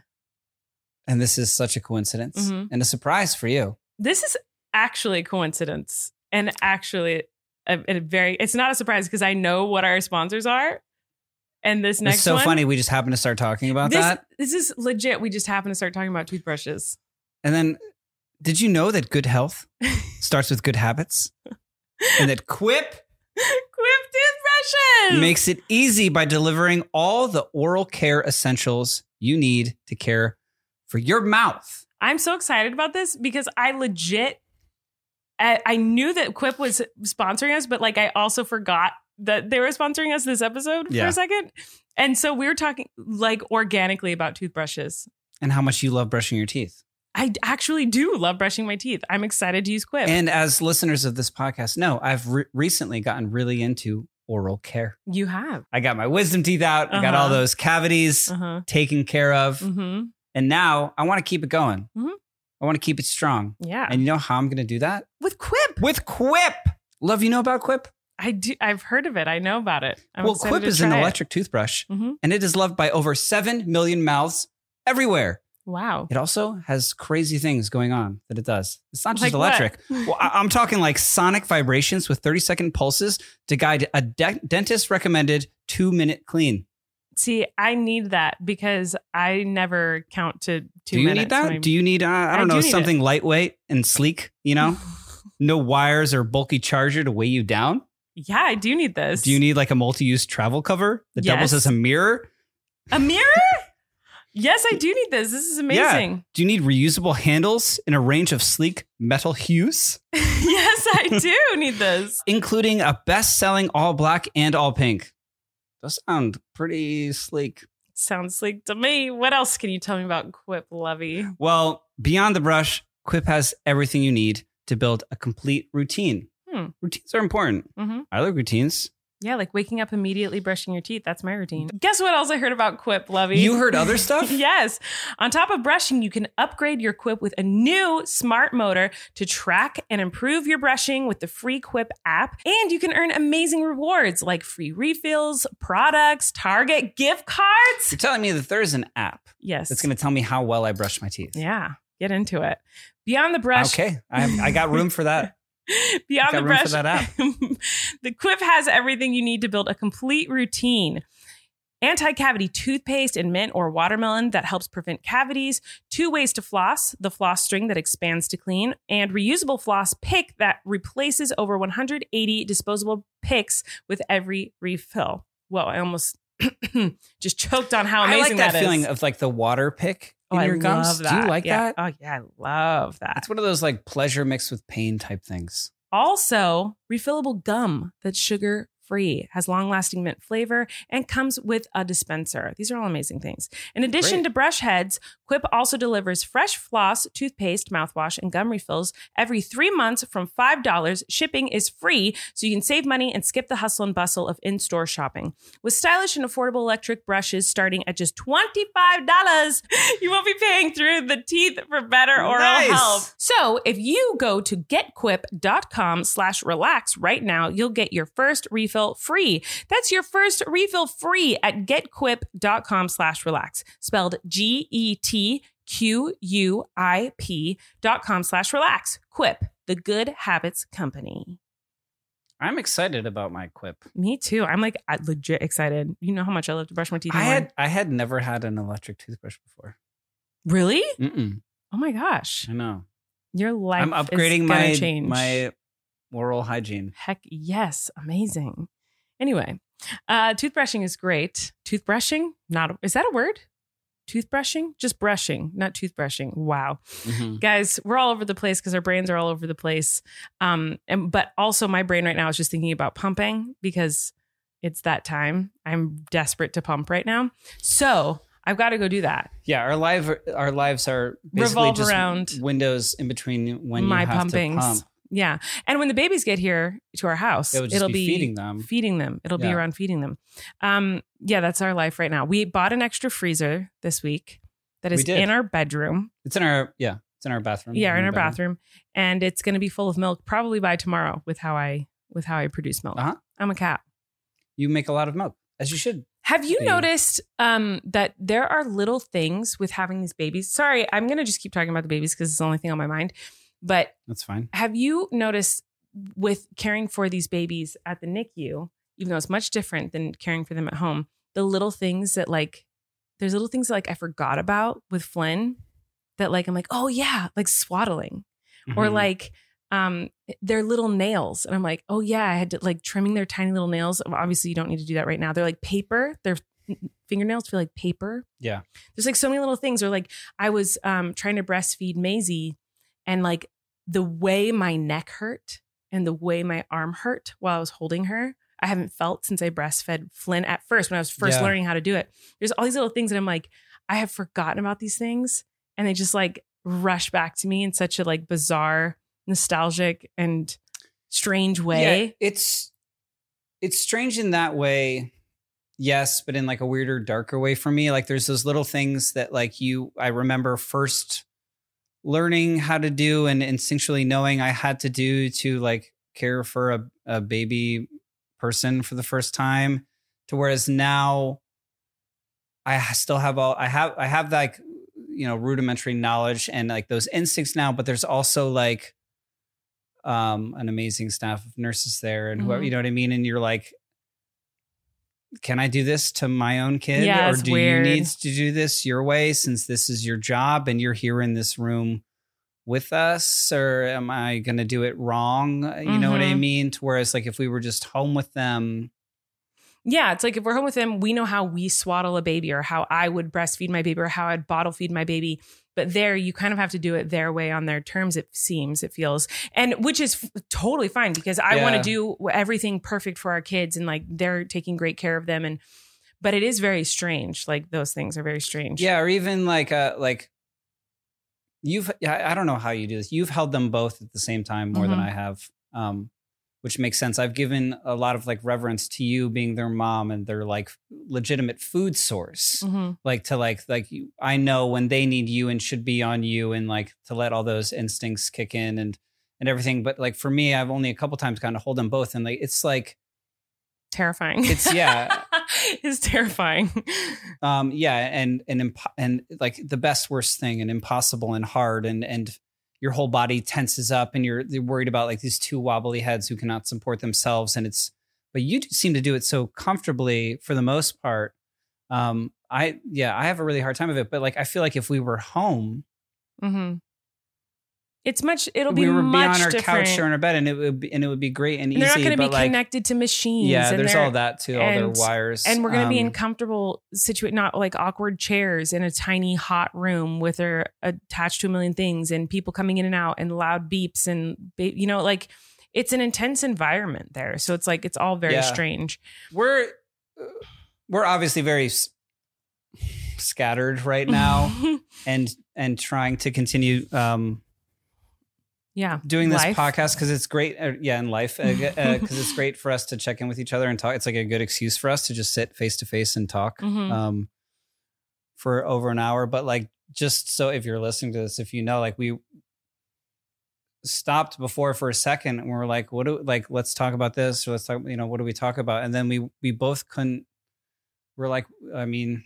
and this is such a coincidence Mhm. and a surprise for you. This is actually a coincidence, and actually, a, a very. It's not a surprise because I know what our sponsors are, and this next it's so one. funny. We just happened to start talking about This, that, this is legit. We just happen to start talking about toothbrushes. and then did you know that good health starts with good habits, and that Quip Quip toothbrushes. makes it easy by delivering all the oral care essentials you need to care for your mouth. I'm so excited about this because I legit, I, I knew that Quip was sponsoring us, but like I also forgot that they were sponsoring us this episode for Yeah. a second. And so we were talking like organically about toothbrushes. and how much you love brushing your teeth. I actually do love brushing my teeth. I'm excited to use Quip. And as listeners of this podcast know, I've re- recently gotten really into oral care. you have. I got my wisdom teeth out, I got Uh-huh. all those cavities Uh-huh. taken care of. Mm-hmm. And now I want to keep it going. Mhm. I want to keep it strong. Yeah. And you know how I'm going to do that? With Quip. With Quip. Love, you know about Quip? I do I've heard of it. I know about it. I'm well, excited Quip to is an try it. electric toothbrush Mhm. and it is loved by over 7 million mouths everywhere. Wow. It also has crazy things going on that it does. It's not just Like what? electric. Well, I- I'm talking like sonic vibrations with 30 second pulses to guide a de- dentist recommended two minute clean. See, I need that because I never count to two do you minutes. need that? when I- Do you need, uh, I I don't do know, need it. something lightweight and sleek, you know? no wires or bulky charger to weigh you down? yeah, I do need this. Do you need like a multi use travel cover that doubles as Yes. a mirror? a mirror? yes, I do need this. This is amazing. Do you need reusable handles in a range of sleek metal hues? yes, I do need this. including a best selling all black and all pink. Those sound pretty sleek. Sounds sleek to me. What else can you tell me about Quip, Lovey? Well, beyond the brush, Quip has everything you need to build a complete routine. Hmm. Routines are important. Mm-hmm. I like routines. Yeah, like waking up immediately, brushing your teeth. That's my routine. Guess what else I heard about Quip, Lovey? You heard other stuff? yes. On top of brushing, you can upgrade your Quip with a new smart motor to track and improve your brushing with the free Quip app. And you can earn amazing rewards like free refills, products, Target gift cards. You're telling me that there's an app Yes. that's going to tell me how well I brush my teeth. yeah. Get into it. Beyond the brush. Okay. I, I got room for that. Beyond Got the room for brush, that app. the Quip has everything you need to build a complete routine. Anti-cavity toothpaste in mint or watermelon that helps prevent cavities, two ways to floss, the floss string that expands to clean, and reusable floss pick that replaces over 180 disposable picks with every refill. Whoa, I almost just choked on how I amazing like that, is. feeling of like the water pick oh, in I your gums. love Do that. you like Yeah. that? Oh yeah, I love that. It's one of those like pleasure mixed with pain type things. Also, refillable gum that's sugar free, has long lasting mint flavor, and comes with a dispenser. These are all amazing things. In addition Great. to brush heads, Quip also delivers fresh floss, toothpaste, mouthwash, and gum refills every three months from $5. Shipping is free, so you can save money and skip the hustle and bustle of in store shopping. With stylish and affordable electric brushes starting at just $25, you won't be paying through the teeth for better oral Nice. health. So if you go to getquip.com slash relax right now, you'll get your first refill free. That's your first refill free at getquip.com slash relax, spelled G E T Q U I P dot com slash relax. Quip, the good habits company. I'm excited about my Quip. Me too. I'm like I- legit excited. You know how much I love to brush my teeth. in I the morning. had I had never had an electric toothbrush before. really? Mm-mm. Oh my gosh. I know. Your life I'm is upgrading gonna my change. my oral hygiene. Heck yes. Amazing. Anyway, uh, toothbrushing is great. Toothbrushing, not, is that a word? Toothbrushing? Just brushing, not toothbrushing. Wow. Mm-hmm. Guys, we're all over the place because our brains are all over the place. Um, and, but also, my brain right now is just thinking about pumping because it's that time. I'm desperate to pump right now. So I've got to go do that. Yeah, our live our lives are basically Revolve just around windows in between when my you have pumpings. to pump. Yeah. And when the babies get here to our house, It it'll, would just be, be feeding them. Feeding them. It'll be Yeah. around feeding them. Um, yeah, that's our life right now. We bought an extra freezer this week that We is did. in our bedroom. It's in our yeah, it's in our bathroom. yeah, in our bathroom. And it's gonna be full of milk probably by tomorrow with how I with how I produce milk. Uh-huh. I'm a cat. You make a lot of milk, as you should. Have you Yeah. noticed um, that there are little things with having these babies? Sorry, I'm gonna just keep talking about the babies because it's the only thing on my mind. But That's fine. Have you noticed with caring for these babies at the NICU, even though it's much different than caring for them at home, the little things that like, there's little things that, like I forgot about with Flynn that like I'm like, oh yeah, like swaddling or Mhm. like um their little nails and i'm like oh yeah i had to like trimming their tiny little nails obviously you don't need to do that right now they're like paper their fingernails feel like paper Yeah. there's like so many little things or like i was um trying to breastfeed Maisie and like the way my neck hurt and the way my arm hurt while i was holding her i haven't felt since i breastfed flynn at first when i was first Yeah. learning how to do it there's all these little things that i'm like i have forgotten about these things and they just like rush back to me in such a like bizarre, nostalgic, and strange way. Yeah, it's it's strange in that way. Yes, but in like a weirder, darker way for me. Like there's those little things that like you I remember first learning how to do and instinctually knowing I had to do to like care for a, a baby person for the first time to whereas now I still have all I have I have like you know rudimentary knowledge and like those instincts now, but there's also like um an amazing staff of nurses there and whoever Mhm. you know what I mean? And you're like, can I do this to my own kid? Yeah, or it's do weird. you need to do this your way since this is your job and you're here in this room with us? Or am I gonna do it wrong? You know what I Mhm. mean? To whereas like if we were just home with them, Yeah, it's like if we're home with him, we know how we swaddle a baby or how I would breastfeed my baby or how I'd bottle feed my baby. But there, you kind of have to do it their way on their terms, it seems, it feels. And which is f- totally fine because I want Yeah. to do everything perfect for our kids and like they're taking great care of them. And, but it is very strange. Like those things are very strange. Yeah, or even like uh like you've I I don't know how you do this. You've held them both at the same time more than Mhm. I have. Um which makes sense. I've given a lot of like reverence to you being their mom and their like legitimate food source. Mhm. Like to like like you, I know when they need you and should be on you and like to let all those instincts kick in and and everything. But like for me, I've only a couple times gotten to hold them both and like it's like Terrifying. It's- yeah. it's terrifying. um yeah and and imp- and like the best worst thing and impossible and hard and and your whole body tenses up and you're, you're worried about like these two wobbly heads who cannot support themselves and it's but you do seem to do it so comfortably for the most part um i yeah i have a really hard time of it but like i feel like if we were home hmm It's much, it'll be we would be much on our different. couch or in our bed and it would be, and it would be great and, and they're easy not going to be but like connected to machines. yeah and there's they're- all that too all their and- wires And we're going to be in Um, comfortable situa- not like awkward chairs in a tiny hot room with her attached to a million things and people coming in and out and loud beeps and ba- you know like it's an intense environment there. So it's like it's all very Yeah. strange. we're we're obviously very s- scattered right now and and trying to continue um yeah. doing this Life. podcast because it's great uh, yeah in life because it's great for us to check in with each other and talk it's like a good excuse for us to just sit face to face and talk Mhm. um for over an hour but like just so if you're listening to this if you know like we stopped before for a second and we were like what do like let's talk about this or let's talk you know what do we talk about and then we we both couldn't we're like i mean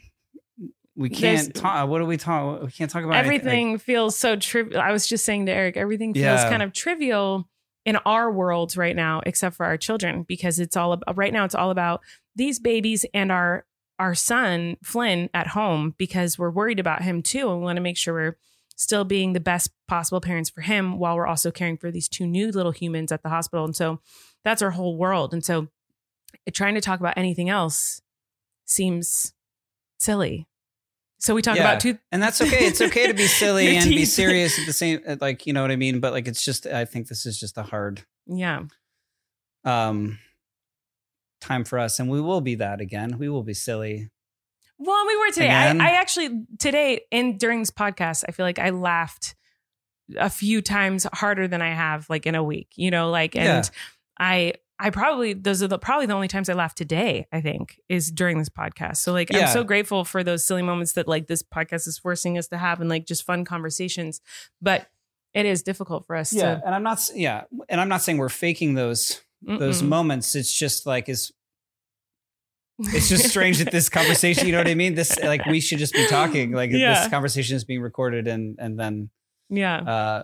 we There's- can't talk what do we talk we can't talk about anything. Like, everything feels so trivial. I was just saying to Eric, everything feels Yeah. kind of trivial in our world right now, except for our children, because it's all about, right now. It's all about these babies and our our son Flynn at home because we're worried about him too, and we want to make sure we're still being the best possible parents for him while we're also caring for these two new little humans at the hospital. And so that's our whole world. And so eh, trying to talk about anything else seems silly. So we talk Yeah. about two And that's okay. It's okay to be silly Your and be teeth. serious at the same at, like you know what I mean, but like it's just I think this is just a hard Yeah. um time for us and we will be that again. We will be silly. Well, we were today. I, Again? I actually today and during this podcast, I feel like I laughed a few times harder than I have like in a week. You know, like and I I probably those are the probably the only times I laughed today, I think, is during this podcast. So like Yeah. I'm so grateful for those silly moments that like this podcast is forcing us to have and like just fun conversations. But it is difficult for us to And I'm not s- yeah, and I'm not saying we're faking those those Mm-mm. moments. It's just like it's it's just strange that this conversation, you know what I mean? This like we should just be talking. Like Yeah. this conversation is being recorded and and then Yeah. uh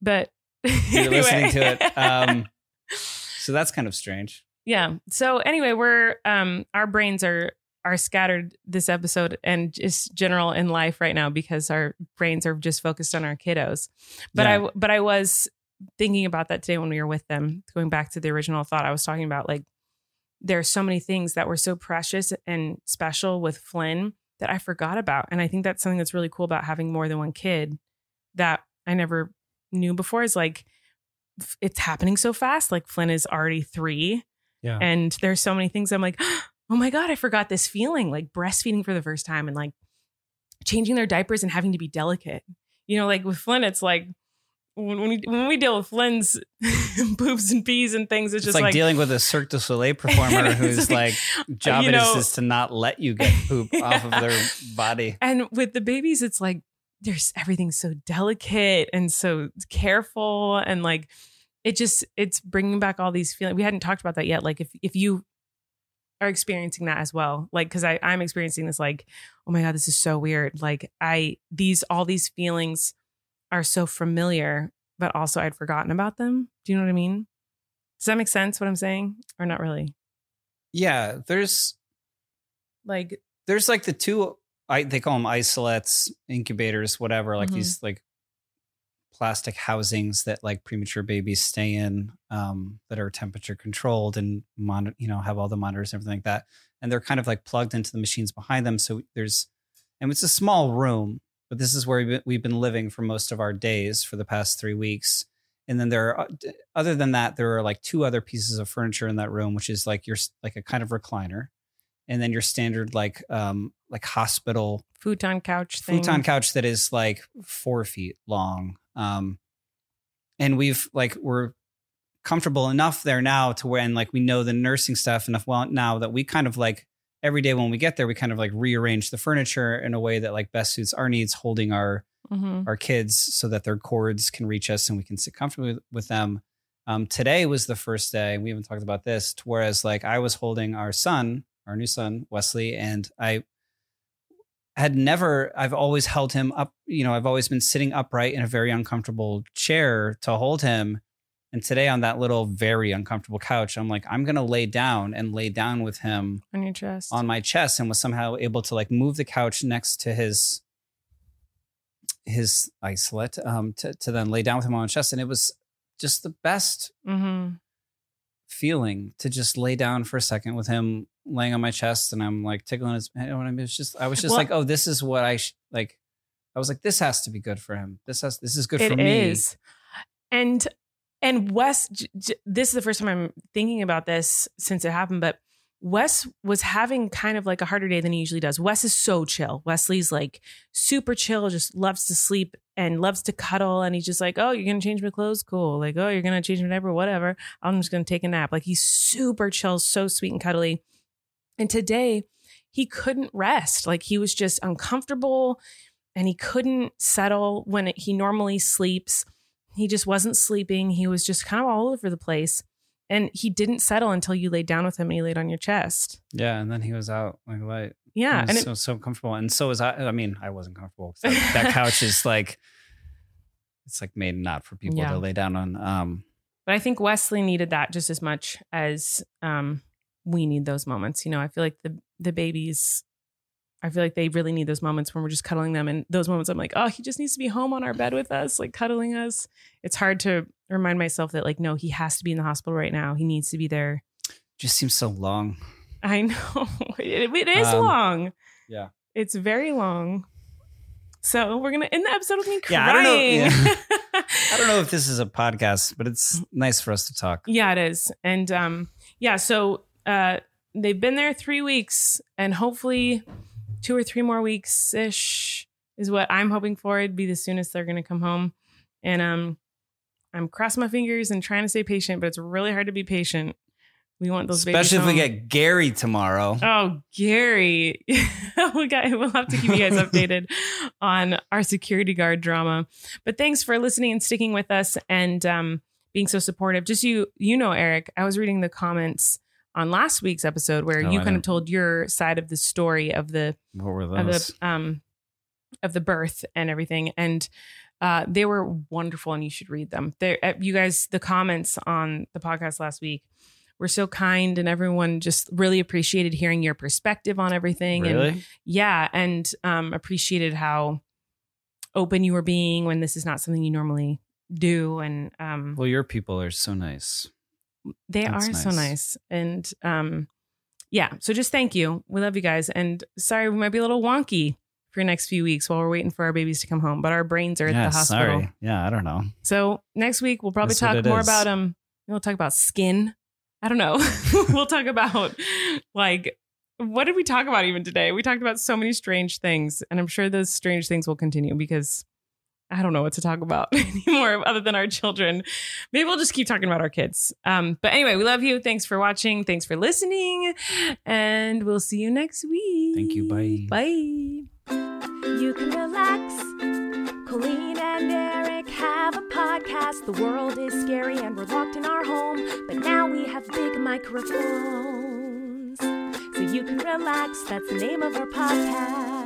But you're anyway. listening to it. Um so that's kind of strange. yeah so anyway we're um our brains are are scattered this episode and just general in life right now because our brains are just focused on our kiddos but Yeah. i but i was thinking about that today when we were with them going back to the original thought i was talking about like there are so many things that were so precious and special with flynn that i forgot about and i think that's something that's really cool about having more than one kid that i never knew before is like f- it's happening so fast like flynn is already three Yeah. and there's so many things I'm like, oh my God, I forgot this feeling, like breastfeeding for the first time and like changing their diapers and having to be delicate. You know, like with Flynn, it's like when, when we when we deal with Flynn's poops and peas and things, it's, It's just like, like, dealing with a Cirque du Soleil performer It's whose like, like, job you it is know- is to not let you get poop off of their body. And with the babies, it's like there's everything's so delicate and so careful and like it just it's bringing back all these feelings. We hadn't talked about that yet. Like if if you are experiencing that as well, like because I I'm experiencing this like oh my god this is so weird. Like I these all these feelings are so familiar, but also I'd forgotten about them. Do you know what I mean? Does that make sense? What I'm saying, or not really? Yeah, there's Like there's like the two I they call them isolates, incubators, whatever, like these like plastic housings that like premature babies stay in um that are temperature controlled and monitor, you know, have all the monitors and everything like that. And they're kind of like plugged into the machines behind them, so there's and it's a small room, but this is where we've been- we've been living for most of our days for the past 3 weeks. And then there are uh, other than that there are like two other pieces of furniture in that room which is like your like a kind of recliner and then your standard like um like hospital futon couch thing. futon couch that is like four feet long um and we've like we're comfortable enough there now to when like we know the nursing stuff enough well now that we kind of like every day when we get there we kind of like rearrange the furniture in a way that like best suits our needs holding our Mm-hmm. our kids so that their cords can reach us and we can sit comfortably with, with them. Um, today was the first day we haven't talked about this. to Whereas, like, I was holding our son, our new son Wesley, and I had never. I've always held him up. You know, I've always been sitting upright in a very uncomfortable chair to hold him. And today on that little very uncomfortable couch, I'm like, I'm gonna lay down and lay down with him on your chest. on my chest and was somehow able to like move the couch next to his his isolate um to, to then lay down with him on my chest and it was just the best mm-hmm. feeling to just lay down for a second with him laying on my chest and I'm like tickling his you know what I mean it's just I was just Well- like oh this is what I sh-, like I was like this has to be good for him this has this is good It is, for me And and Wes, j- j- this is the first time I'm thinking about this since it happened, but Wes was having kind of like a harder day than he usually does. Wes is so chill. Wesley's like super chill, just loves to sleep and loves to cuddle. And he's just like, oh, you're going to change my clothes? Cool. Like, oh, you're going to change my diaper? Whatever. I'm just going to take a nap. Like, he's super chill, so sweet and cuddly. And today, he couldn't rest. Like, he was just uncomfortable and he couldn't settle when he normally sleeps. He just wasn't sleeping. He was just kind of all over the place. And he didn't settle until you laid down with him and he laid on your chest. yeah and then he was out like light Yeah. It And was it, so so comfortable, and so was I. I mean, I wasn't comfortable. 'cause That, that couch is like, it's like made not for people Yeah. to lay down on. Um, But I think Wesley needed that just as much as um, we need those moments. You know, I feel like the the babies, I feel like they really need those moments when we're just cuddling them. And those moments, I'm like, oh, he just needs to be home on our bed with us, like cuddling us. It's hard to remind myself that, like, no, he has to be in the hospital right now. He needs to be there. just seems so long. I know it, it is Um, long. yeah. it's very long. So we're gonna end the episode with me crying. Yeah, I don't know- I don't know if this is a podcast, but it's nice for us to talk. Yeah, it is. And um, yeah, so uh, they've been there three weeks, and hopefully, two or three more weeks ish is what I'm hoping for. It'd be the soonest they're going to come home. And um, I'm crossing my fingers and trying to stay patient, but it's really hard to be patient. We want those babies Especially if we home. get Gary tomorrow. Oh, Gary. we got, we'll have to keep you guys updated on our security guard drama. But thanks for listening and sticking with us and um, being so supportive. Just you, you know, Eric, I was reading the comments on last week's episode where Oh, you I kind know. of told your side of the story of the What were of those? the um of the birth and everything and uh they were wonderful and you should read them there uh, you guys the comments on the podcast last week were so kind and everyone just really appreciated hearing your perspective on everything and really? yeah and um appreciated how open you were being when this is not something you normally do and um Well, your people are so nice. they are That's so nice. nice. And um yeah, so just thank you. We love you guys. And sorry we might be a little wonky for the next few weeks while we're waiting for our babies to come home, but our brains are at yeah, the hospital. sorry. Yeah, I don't know. So next week we'll probably That's what talk it more is. about um we'll talk about skin. I don't know. we'll talk about like what did we talk about even today? We talked about so many strange things, and I'm sure those strange things will continue because I don't know what to talk about anymore other than our children. Maybe we'll just keep talking about our kids. Um, but anyway, we love you. Thanks for watching. Thanks for listening. And we'll see you next week. Thank you. Bye. Bye. You can relax. Colleen and Eric have a podcast. The world is scary and we're locked in our home. But now we have big microphones. So you can relax. That's the name of our podcast.